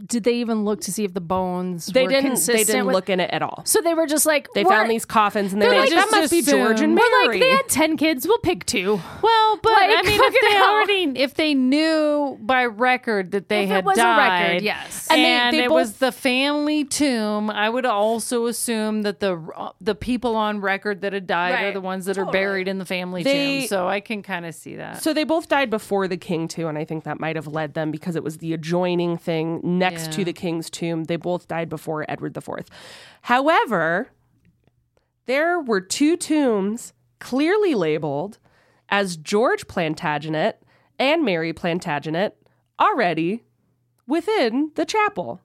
[SPEAKER 2] did they even look to see if the bones
[SPEAKER 3] They
[SPEAKER 2] were
[SPEAKER 3] didn't,
[SPEAKER 2] consistent
[SPEAKER 3] they didn't
[SPEAKER 2] with-
[SPEAKER 3] look in it at all.
[SPEAKER 2] So they were just like
[SPEAKER 3] They found these coffins, and they were
[SPEAKER 2] They're
[SPEAKER 3] like,
[SPEAKER 2] like,
[SPEAKER 3] that must be George and
[SPEAKER 2] We're
[SPEAKER 3] Mary.
[SPEAKER 2] like they had ten kids. We'll pick two.
[SPEAKER 4] Well, but I
[SPEAKER 2] Like,
[SPEAKER 4] mean,
[SPEAKER 2] fucking
[SPEAKER 4] if they
[SPEAKER 2] hell.
[SPEAKER 4] already, if they knew by record that they
[SPEAKER 2] If it
[SPEAKER 4] had
[SPEAKER 2] was a
[SPEAKER 4] died,
[SPEAKER 2] record, yes.
[SPEAKER 4] and,
[SPEAKER 3] And they- they
[SPEAKER 4] it
[SPEAKER 3] both-
[SPEAKER 4] was the family tomb, I would also assume that the the people on record that had died are
[SPEAKER 2] Right.
[SPEAKER 4] the ones that are buried in the family
[SPEAKER 3] They-
[SPEAKER 4] tomb. So I can kind of see that.
[SPEAKER 3] So they both died before the king too, and I think that might have led them because it was the adjoining thing next to
[SPEAKER 4] Yeah.
[SPEAKER 3] the king's tomb. They both died before Edward IV. However, there were two tombs clearly labeled as George Plantagenet and Mary Plantagenet already within the chapel.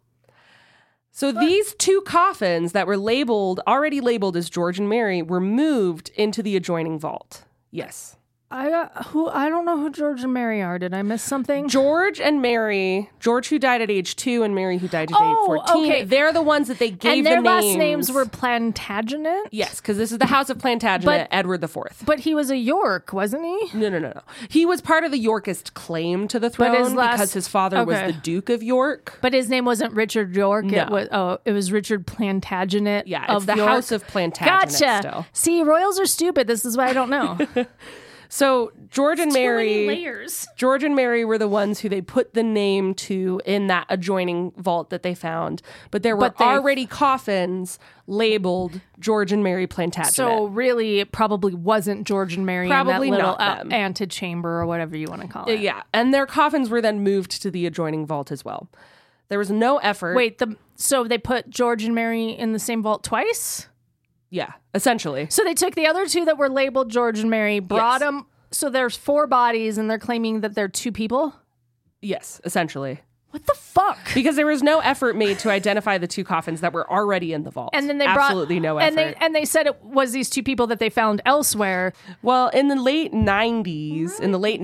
[SPEAKER 3] So these two coffins that were labeled already labeled as George and Mary were moved into the adjoining vault. Yes.
[SPEAKER 2] I got who I don't know who George and Mary are. Did I miss something?
[SPEAKER 3] George and Mary, George who died at age two and Mary who died at
[SPEAKER 2] Oh,
[SPEAKER 3] age 14,
[SPEAKER 2] okay.
[SPEAKER 3] they're the ones that they gave
[SPEAKER 2] and
[SPEAKER 3] the
[SPEAKER 2] their
[SPEAKER 3] names.
[SPEAKER 2] last names were Plantagenet.
[SPEAKER 3] Yes, because this is the House of Plantagenet,
[SPEAKER 2] But-
[SPEAKER 3] Edward the Fourth.
[SPEAKER 2] But he was a York, wasn't he?
[SPEAKER 3] No, no, no, no. He was part of the Yorkist claim to the throne
[SPEAKER 2] his last-
[SPEAKER 3] because his father
[SPEAKER 2] okay.
[SPEAKER 3] was the Duke of York.
[SPEAKER 2] But his name wasn't Richard York.
[SPEAKER 3] No.
[SPEAKER 2] It was oh, it was Richard Plantagenet.
[SPEAKER 3] Yeah,
[SPEAKER 2] of
[SPEAKER 3] it's the
[SPEAKER 2] York.
[SPEAKER 3] House of Plantagenet
[SPEAKER 2] Gotcha.
[SPEAKER 3] still.
[SPEAKER 2] See, royals are stupid. This is why I don't know.
[SPEAKER 3] So George and Mary,
[SPEAKER 2] layers.
[SPEAKER 3] George and Mary were the ones who they put the name to in that adjoining vault that they found. But there were
[SPEAKER 2] But they-
[SPEAKER 3] already coffins labeled George and Mary Plantagenet.
[SPEAKER 2] So really, it probably wasn't George and Mary. in that
[SPEAKER 3] Probably
[SPEAKER 2] little
[SPEAKER 3] not them.
[SPEAKER 2] Uh, antechamber or whatever you want to call it.
[SPEAKER 3] yeah, and their coffins were then moved to the adjoining vault as well. There was no effort.
[SPEAKER 2] Wait, the so they put George and Mary in the same vault twice.
[SPEAKER 3] yeah, essentially.
[SPEAKER 2] So they took the other two that were labeled George and Mary,
[SPEAKER 3] Yes.
[SPEAKER 2] brought them. So there's four bodies, and they're claiming that they're two people.
[SPEAKER 3] Yes, essentially.
[SPEAKER 2] What the fuck?
[SPEAKER 3] Because there was no effort made to identify the two coffins that were already in the vault.
[SPEAKER 2] And then they
[SPEAKER 3] absolutely
[SPEAKER 2] brought
[SPEAKER 3] no effort.
[SPEAKER 2] and they and they said it was these two people that they found elsewhere.
[SPEAKER 3] Well, in the late 90s, in the late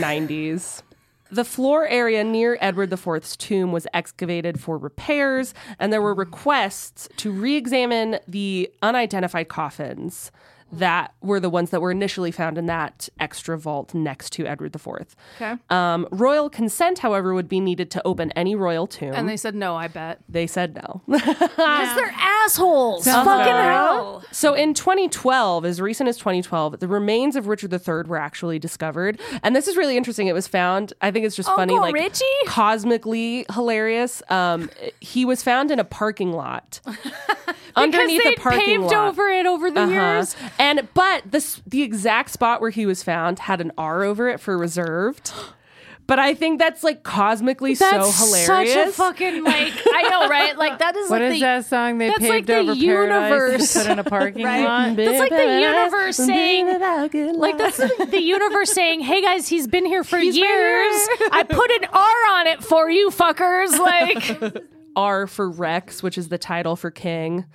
[SPEAKER 3] 1990s, the floor area near Edward IV's tomb was excavated for repairs, and
[SPEAKER 2] Oh.
[SPEAKER 3] there were requests to re examine the unidentified coffins that were the ones that were initially found in that extra vault next to Edward IV.
[SPEAKER 2] Okay.
[SPEAKER 3] Um, royal consent, however, would be needed to open any royal tomb.
[SPEAKER 2] And they said no. I bet
[SPEAKER 3] they said no. Uh,
[SPEAKER 2] because they're assholes.
[SPEAKER 3] about
[SPEAKER 2] Fucking
[SPEAKER 3] right.
[SPEAKER 2] hell.
[SPEAKER 3] So in 2012, as recent as 2012, the remains of Richard III were actually discovered, and this is really interesting. It was found. I think it's just funny,
[SPEAKER 2] Uncle
[SPEAKER 3] like
[SPEAKER 2] Richie?
[SPEAKER 3] cosmically hilarious. Um, he was found in a parking lot underneath
[SPEAKER 2] they
[SPEAKER 3] a parking
[SPEAKER 2] paved
[SPEAKER 3] lot.
[SPEAKER 2] over it over the
[SPEAKER 3] Uh-huh.
[SPEAKER 2] years.
[SPEAKER 3] And but this the exact spot where he was found had an R over it for reserved. But I think that's like cosmically
[SPEAKER 4] That's
[SPEAKER 3] so
[SPEAKER 4] such
[SPEAKER 3] hilarious.
[SPEAKER 4] a
[SPEAKER 2] Fucking like I know, right? Like that is
[SPEAKER 4] What
[SPEAKER 2] like
[SPEAKER 4] is
[SPEAKER 2] the,
[SPEAKER 4] that song they
[SPEAKER 2] that's
[SPEAKER 4] paved
[SPEAKER 2] like the
[SPEAKER 4] over paradise
[SPEAKER 2] universe.
[SPEAKER 4] and put in a parking lot?
[SPEAKER 2] That's like the universe saying,
[SPEAKER 3] like
[SPEAKER 2] like that's the universe saying, "Hey guys, he's been here for years. I put an R on it for you, fuckers." Like
[SPEAKER 3] R for Rex, which is the title for King,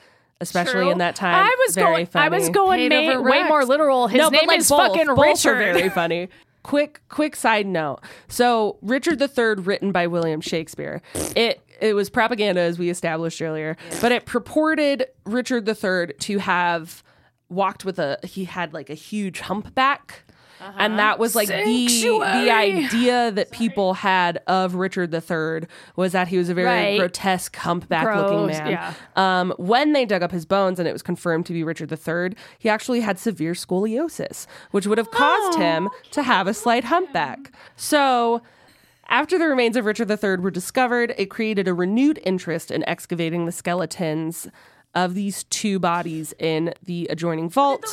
[SPEAKER 3] especially in that time.
[SPEAKER 2] I was
[SPEAKER 3] very
[SPEAKER 2] going,
[SPEAKER 3] funny.
[SPEAKER 2] I was going
[SPEAKER 4] Paid
[SPEAKER 2] may,
[SPEAKER 4] over
[SPEAKER 2] way
[SPEAKER 4] Rex.
[SPEAKER 2] more literal. His
[SPEAKER 3] No,
[SPEAKER 2] name
[SPEAKER 3] but like
[SPEAKER 2] is
[SPEAKER 3] both.
[SPEAKER 2] fucking
[SPEAKER 3] both
[SPEAKER 2] Richard.
[SPEAKER 3] Are very funny. Quick, quick side note. So Richard III, written by William Shakespeare, it it was propaganda as we established earlier, but it purported Richard III to have walked with a he had like a huge humpback.
[SPEAKER 2] Uh-huh.
[SPEAKER 3] And that was like the the idea that people had of Richard III was that he was a very
[SPEAKER 2] Right.
[SPEAKER 3] grotesque humpback looking
[SPEAKER 2] Gross,
[SPEAKER 3] man.
[SPEAKER 2] yeah.
[SPEAKER 3] Um, when they dug up his bones and it was confirmed to be Richard III, he actually had severe scoliosis, which would have caused him to have a slight humpback. So. After the remains of Richard III were discovered, it created a renewed interest in excavating the skeletons of these two bodies in the adjoining vault.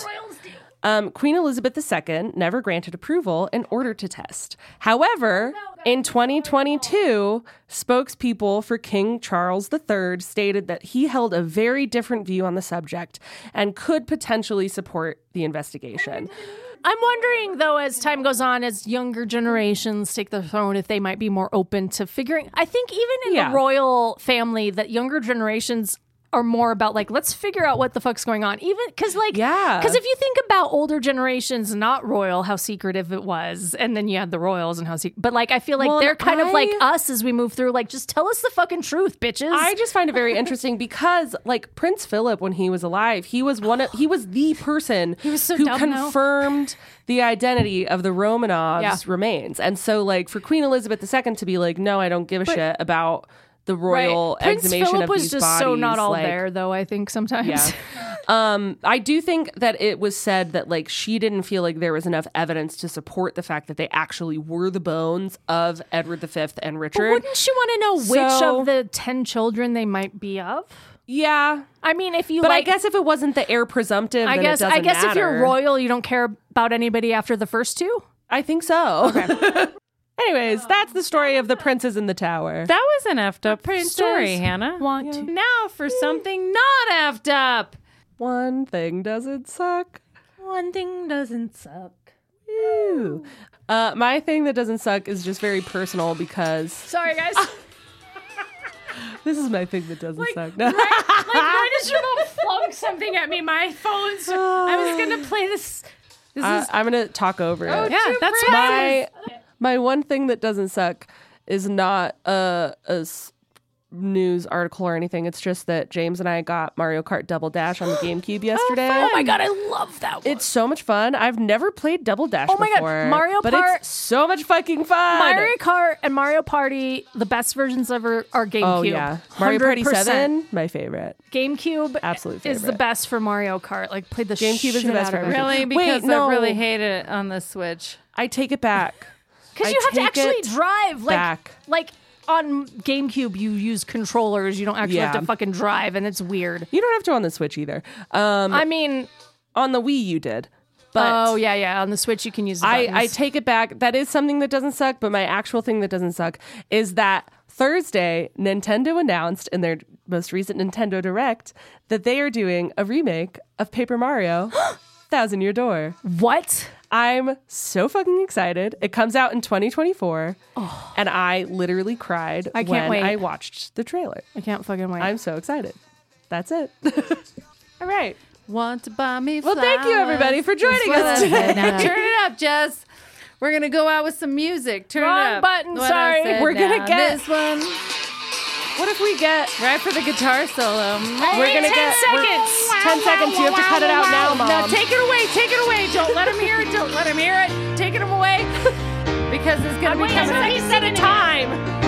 [SPEAKER 3] Um, Queen Elizabeth II never granted approval in order to test. However, in 2022, spokespeople for King Charles III stated that he held a very different view on the subject and could potentially support the investigation.
[SPEAKER 2] I'm wondering though, as time goes on, as younger generations take the throne, if they might be more open to figuring. I think even in
[SPEAKER 3] Yeah.
[SPEAKER 2] the royal family, that younger generations are more about like let's figure out what the fuck's going on even because like
[SPEAKER 3] Yeah.
[SPEAKER 2] because if you think about older generations not royal how secretive it was and then you had the royals and how secret but like i feel like
[SPEAKER 3] Well,
[SPEAKER 2] they're kind of like
[SPEAKER 3] I-
[SPEAKER 2] us as we move through like just tell us the fucking truth bitches
[SPEAKER 3] I just find it very interesting because, like Prince Philip, when he was alive, he was one of he was the person
[SPEAKER 2] was so
[SPEAKER 3] who
[SPEAKER 2] dumb, though.
[SPEAKER 3] confirmed the identity of the Romanovs'
[SPEAKER 2] Yeah.
[SPEAKER 3] remains, and so like for Queen Elizabeth II to be like, no, I don't give a shit about the royal
[SPEAKER 2] Prince
[SPEAKER 3] exhumation
[SPEAKER 2] Philip
[SPEAKER 3] of
[SPEAKER 2] was
[SPEAKER 3] these
[SPEAKER 2] just
[SPEAKER 3] bodies.
[SPEAKER 2] so not all
[SPEAKER 3] like,
[SPEAKER 2] there though I think sometimes
[SPEAKER 3] Yeah. Um, I do think that it was said that like she didn't feel like there was enough evidence to support the fact that they actually were the bones of Edward V and Richard.
[SPEAKER 2] Wouldn't you want to know which
[SPEAKER 3] So-
[SPEAKER 2] of the 10 children they might be of?
[SPEAKER 3] yeah,
[SPEAKER 2] I mean, if you
[SPEAKER 3] but
[SPEAKER 2] like
[SPEAKER 3] I guess if it wasn't the heir presumptive,
[SPEAKER 2] I
[SPEAKER 3] then
[SPEAKER 2] guess
[SPEAKER 3] it
[SPEAKER 2] I
[SPEAKER 3] doesn't
[SPEAKER 2] guess if you're
[SPEAKER 3] matter.
[SPEAKER 2] royal, you don't care about anybody after the first two?
[SPEAKER 3] I think so. Anyways, that's the story of the princes in the tower.
[SPEAKER 4] That was an effed up story,
[SPEAKER 2] does
[SPEAKER 4] Hannah.
[SPEAKER 2] want to-
[SPEAKER 4] Now for something not effed up.
[SPEAKER 3] One thing doesn't suck.
[SPEAKER 4] One thing doesn't suck.
[SPEAKER 3] Ew. Uh, my thing that doesn't suck is just very personal because
[SPEAKER 2] Sorry guys.
[SPEAKER 3] this is my thing that doesn't suck. No.
[SPEAKER 2] like why did you mom flung something at me? My phone's I was going to play this This
[SPEAKER 3] I,
[SPEAKER 2] is
[SPEAKER 3] I'm gonna talk over it.
[SPEAKER 2] Oh, yeah, that's my
[SPEAKER 3] my my one thing that doesn't suck is not a, a s- news article or anything. It's just that James and I got Mario Kart Double Dash on the GameCube yesterday.
[SPEAKER 2] Oh my god, I love that one.
[SPEAKER 3] It's so much fun. I've never played Double Dash.
[SPEAKER 2] Oh my God,
[SPEAKER 3] before,
[SPEAKER 2] Mario
[SPEAKER 3] but
[SPEAKER 2] Kart-
[SPEAKER 3] it's so much fucking fun.
[SPEAKER 2] Mario Kart and Mario Party, the best versions of our are GameCube.
[SPEAKER 3] oh yeah, Mario Party
[SPEAKER 2] 100%.
[SPEAKER 3] Seven, my favorite.
[SPEAKER 2] GameCube
[SPEAKER 3] Absolute
[SPEAKER 2] is the
[SPEAKER 3] favorite.
[SPEAKER 2] best for Mario Kart. Like played the
[SPEAKER 3] GameCube
[SPEAKER 2] shit
[SPEAKER 3] is the best
[SPEAKER 2] out of
[SPEAKER 3] for
[SPEAKER 2] it.
[SPEAKER 3] everything.
[SPEAKER 4] Really?
[SPEAKER 3] Wait,
[SPEAKER 4] Because
[SPEAKER 3] no.
[SPEAKER 4] I really hate it on the Switch.
[SPEAKER 3] I take it back. I
[SPEAKER 2] because you have to
[SPEAKER 3] take
[SPEAKER 2] actually
[SPEAKER 3] it
[SPEAKER 2] drive like
[SPEAKER 3] back.
[SPEAKER 2] like on GameCube you use controllers. You don't actually have
[SPEAKER 3] Yeah.
[SPEAKER 2] to fucking drive, and it's weird.
[SPEAKER 3] You don't have to on the Switch either. Um,
[SPEAKER 2] I mean,
[SPEAKER 3] on the Wii you did, but
[SPEAKER 2] oh yeah, yeah. On the Switch you can use. The
[SPEAKER 3] I, I
[SPEAKER 2] buttons.
[SPEAKER 3] take it back. That is something that doesn't suck, but my actual thing that doesn't suck is that Thursday, Nintendo announced in their most recent Nintendo Direct that they are doing a remake of Paper Mario Thousand Year Door.
[SPEAKER 2] what?
[SPEAKER 3] I'm so fucking excited. It comes out in 2024,
[SPEAKER 4] Oh.
[SPEAKER 3] and I literally cried
[SPEAKER 2] I can't
[SPEAKER 3] when
[SPEAKER 2] wait.
[SPEAKER 3] I watched the trailer.
[SPEAKER 2] I can't fucking wait.
[SPEAKER 3] I'm so excited. That's it. All right.
[SPEAKER 4] Want to buy me
[SPEAKER 3] Well, thank you, everybody, for joining
[SPEAKER 4] That's
[SPEAKER 3] us
[SPEAKER 4] what I said.
[SPEAKER 3] today.
[SPEAKER 4] Now turn it up, Jess. We're gonna go out with some music. Turn
[SPEAKER 2] Wrong
[SPEAKER 4] it up.
[SPEAKER 2] button,
[SPEAKER 4] What I
[SPEAKER 2] sorry.
[SPEAKER 4] said
[SPEAKER 3] We're gonna
[SPEAKER 4] now.
[SPEAKER 3] get-
[SPEAKER 4] this one
[SPEAKER 3] What if we get?
[SPEAKER 4] right for the guitar solo.
[SPEAKER 3] We're gonna get we're- Ten seconds. You have to cut it out now, mom.
[SPEAKER 4] Now take it away. Take it away. Don't let him hear it. Don't let him hear it. Taking him away because it's gonna be coming.
[SPEAKER 2] at a time.